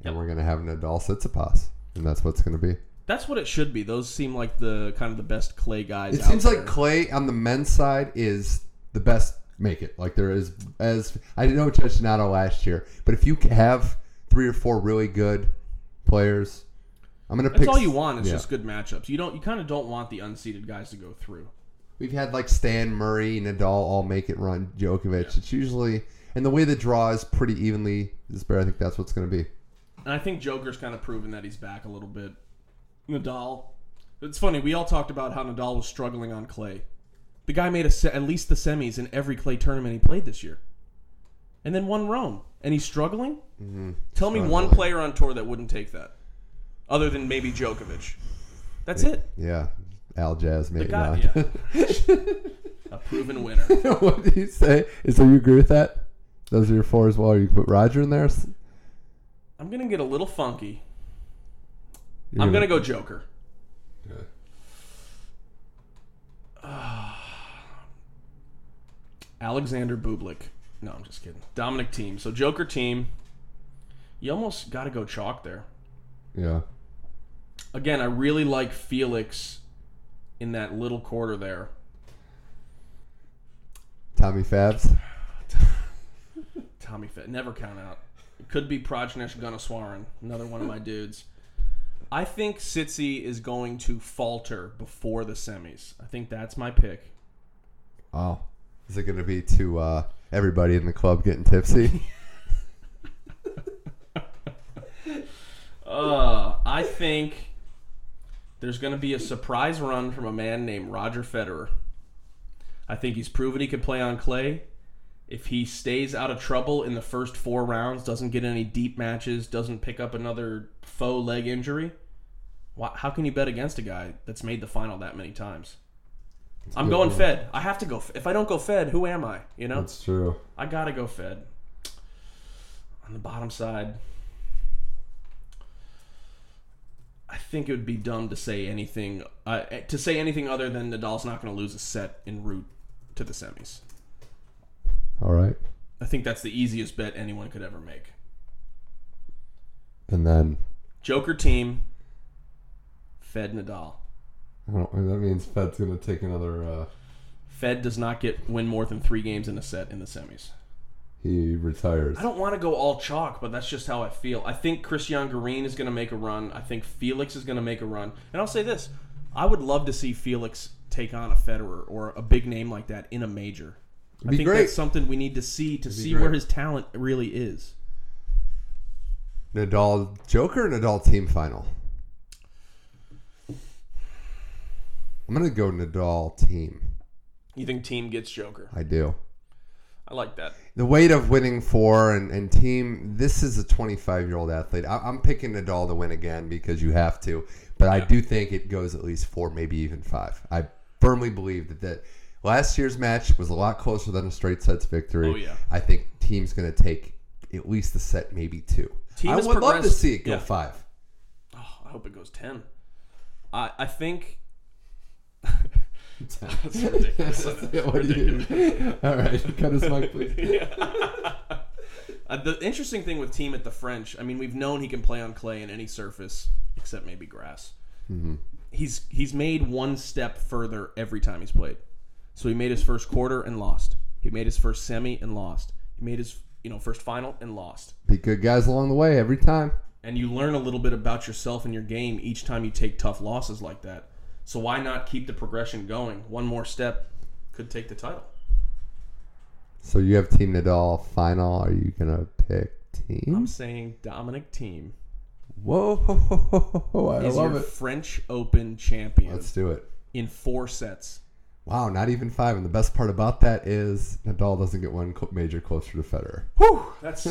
Speaker 1: and
Speaker 2: Yep.
Speaker 1: we're gonna have Nadal Sitsipas, and that's what's gonna be.
Speaker 2: That's what it should be. Those seem like the kind of the best clay guys.
Speaker 1: It
Speaker 2: out
Speaker 1: seems
Speaker 2: there.
Speaker 1: like Clay on the men's side is the best make it. Like there is as I didn't know Judge Donato last year, but if you have three or four really good players, I'm gonna
Speaker 2: that's
Speaker 1: pick.
Speaker 2: all you want. It's
Speaker 1: yeah.
Speaker 2: just good matchups. You don't. You kind of don't want the unseeded guys to go through.
Speaker 1: We've had like Stan Murray, Nadal, all make it run. Djokovic. It's usually and the way the draw is pretty evenly disparate. I think that's what's gonna be.
Speaker 2: And I think Joker's kind of proven that he's back a little bit. Nadal. It's funny. We all talked about how Nadal was struggling on clay. The guy made a se- at least the semis in every clay tournament he played this year, and then won Rome, and he's struggling. Mm-hmm. Tell me one player on tour that wouldn't take that, other than maybe Djokovic. That's it.
Speaker 1: Yeah, Al Jazz maybe
Speaker 2: God,
Speaker 1: not.
Speaker 2: yeah. a proven winner.
Speaker 1: what do you say? Is so you agree with that? Those are your four as well. You put Roger in there.
Speaker 2: I'm gonna get a little funky.
Speaker 1: You're
Speaker 2: I'm gonna go Joker. Alexander Bublik. No, I'm just kidding. Dominic team. So Joker team. You almost got to go chalk there.
Speaker 1: Yeah.
Speaker 2: Again, I really like Felix in that little quarter there.
Speaker 1: Tommy Fabs.
Speaker 2: Tommy Fett. Never count out. It could be Prajnesh Gunaswaran, another one of my dudes. I think Sitsi is going to falter before the semis. I think that's my pick.
Speaker 1: Oh. Is it going to be to uh, everybody in the club getting tipsy?
Speaker 2: Uh, I think there's going to be a surprise run from a man named Roger Federer. I think he's proven he can play on clay. If he stays out of trouble in the first four rounds, doesn't get any deep matches, doesn't pick up another faux leg injury, why, how can you bet against a guy that's made the final that many times? I'm going Fed. I have to go. F- If I don't go Fed, who am I? You know,
Speaker 1: true.
Speaker 2: I gotta go Fed. On the bottom side, I think it would be dumb to say anything. Uh, to say anything other than Nadal's not going to lose a set en route to the semis.
Speaker 1: All right.
Speaker 2: I think that's the easiest bet anyone could ever make.
Speaker 1: And then
Speaker 2: Joker team, Fed Nadal.
Speaker 1: I don't, that means Fed's going to take another. Uh,
Speaker 2: Fed does not get win more than three games in a set in the semis.
Speaker 1: he retires.
Speaker 2: I don't want to go all chalk, but that's just how I feel. I think Christian Garin is going to make a run. I think Felix is going to make a run. And I'll say this I would love to see Felix take on a Federer or a big name like that in a major. I
Speaker 1: be
Speaker 2: think
Speaker 1: great.
Speaker 2: that's something we need to see to see
Speaker 1: great.
Speaker 2: where his talent really is.
Speaker 1: Nadal Joker Nadal team final. I'm going to go Nadal team.
Speaker 2: You think team gets Joker?
Speaker 1: I do.
Speaker 2: I like that.
Speaker 1: the weight of winning four and, and team. This is a 25 year old athlete. I, I'm picking Nadal to win again because you have to, but I do think it goes at least four, maybe even five. I firmly believe that that last year's match was a lot closer than a straight sets victory.
Speaker 2: Oh, yeah.
Speaker 1: I think team's going to take at least the set, maybe two.
Speaker 2: Team
Speaker 1: I
Speaker 2: has
Speaker 1: would love to
Speaker 2: progressed.
Speaker 1: see it go
Speaker 2: Yeah.
Speaker 1: five.
Speaker 2: Oh, I hope it goes 10. I, I think. That's ridiculous.
Speaker 1: What do you- All right, cut his mic, please.
Speaker 2: Uh, the interesting thing with team at the French, I mean, we've known he can play on clay in any surface except maybe grass.
Speaker 1: Mm-hmm.
Speaker 2: He's he's made one step further every time he's played. So he made his first quarter and lost. He made his first semi and lost. He made his you know first final and lost.
Speaker 1: Be good guys along the way every time.
Speaker 2: And you learn a little bit about yourself and your game each time you take tough losses like that. So why not keep the progression going? One more step could take the title.
Speaker 1: So you have Team Nadal final. Are you gonna pick team?
Speaker 2: I'm saying Dominic Team
Speaker 1: Whoa, ho, ho, ho, ho, I
Speaker 2: is
Speaker 1: love
Speaker 2: your
Speaker 1: it.
Speaker 2: French Open champion
Speaker 1: Let's do it.
Speaker 2: in four sets.
Speaker 1: Wow, not even five. And the best part about that is Nadal doesn't get one cl- major closer to Federer.
Speaker 2: Whew, that's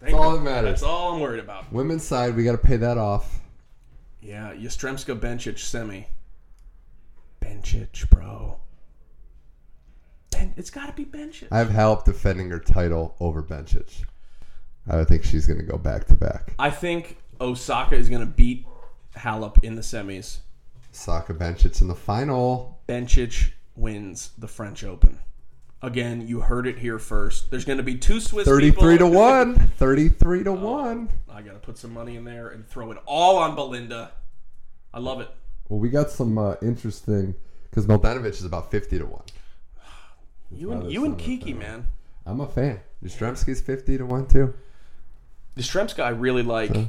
Speaker 2: thank
Speaker 1: all
Speaker 2: you.
Speaker 1: that matters.
Speaker 2: That's all I'm worried about.
Speaker 1: Women's side, we got to pay that off.
Speaker 2: Yeah, Yastremska Bencic semi. Bencic, bro. Ben, it's got to be Bencic. I,
Speaker 1: I've helped defending her title over Benchich. I think she's gonna go back to back.
Speaker 2: think Osaka is going to beat Halep in the semis.
Speaker 1: Saka Benchich in the final.
Speaker 2: Bencic wins the French Open. Again, you heard it here first. There's going to be two Swiss
Speaker 1: Thirty-three to
Speaker 2: people-
Speaker 1: one. Thirty-three to one.
Speaker 2: I got to put some money in there and throw it all on Belinda. I love it.
Speaker 1: Well, we got some uh, interesting because
Speaker 5: Bogdanovich is about fifty to one.
Speaker 2: You and you and Kiki, man.
Speaker 1: I'm a fan. Yastrzemski's fifty to one too.
Speaker 2: Yastrzemski, I really like.
Speaker 1: Hmm.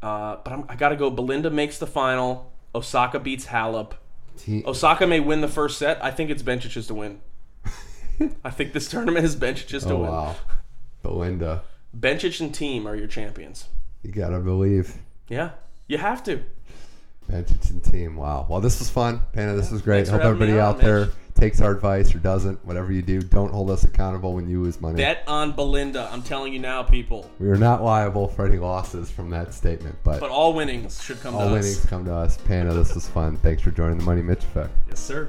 Speaker 2: Uh, but I'm, I got to go. Belinda makes the final. Osaka beats Halep.
Speaker 1: Team,
Speaker 2: Osaka may win the first set. I think it's Benchich's to win. I think this tournament is Benchich's to
Speaker 1: oh
Speaker 2: win.
Speaker 1: wow, Belinda,
Speaker 2: Benchich and team are your champions.
Speaker 1: you gotta believe.
Speaker 2: Yeah, you have
Speaker 1: Hmm.
Speaker 2: to.
Speaker 1: Benchington team. Wow. Well, this was fun, Panda. This was great.
Speaker 2: Thanks for
Speaker 1: Hope
Speaker 2: having me
Speaker 1: everybody
Speaker 2: on,
Speaker 1: out
Speaker 2: man.
Speaker 1: there takes our advice or doesn't. Whatever you do, don't hold us accountable when you lose money.
Speaker 2: Bet on Belinda. I'm telling you now, people.
Speaker 1: we are not liable for any losses from that statement, but,
Speaker 2: But all winnings should come
Speaker 1: all
Speaker 2: to
Speaker 1: winnings
Speaker 2: us.
Speaker 1: come to us. Panda, this was fun. Thanks for joining the Money Mitch Effect.
Speaker 2: Yes, sir.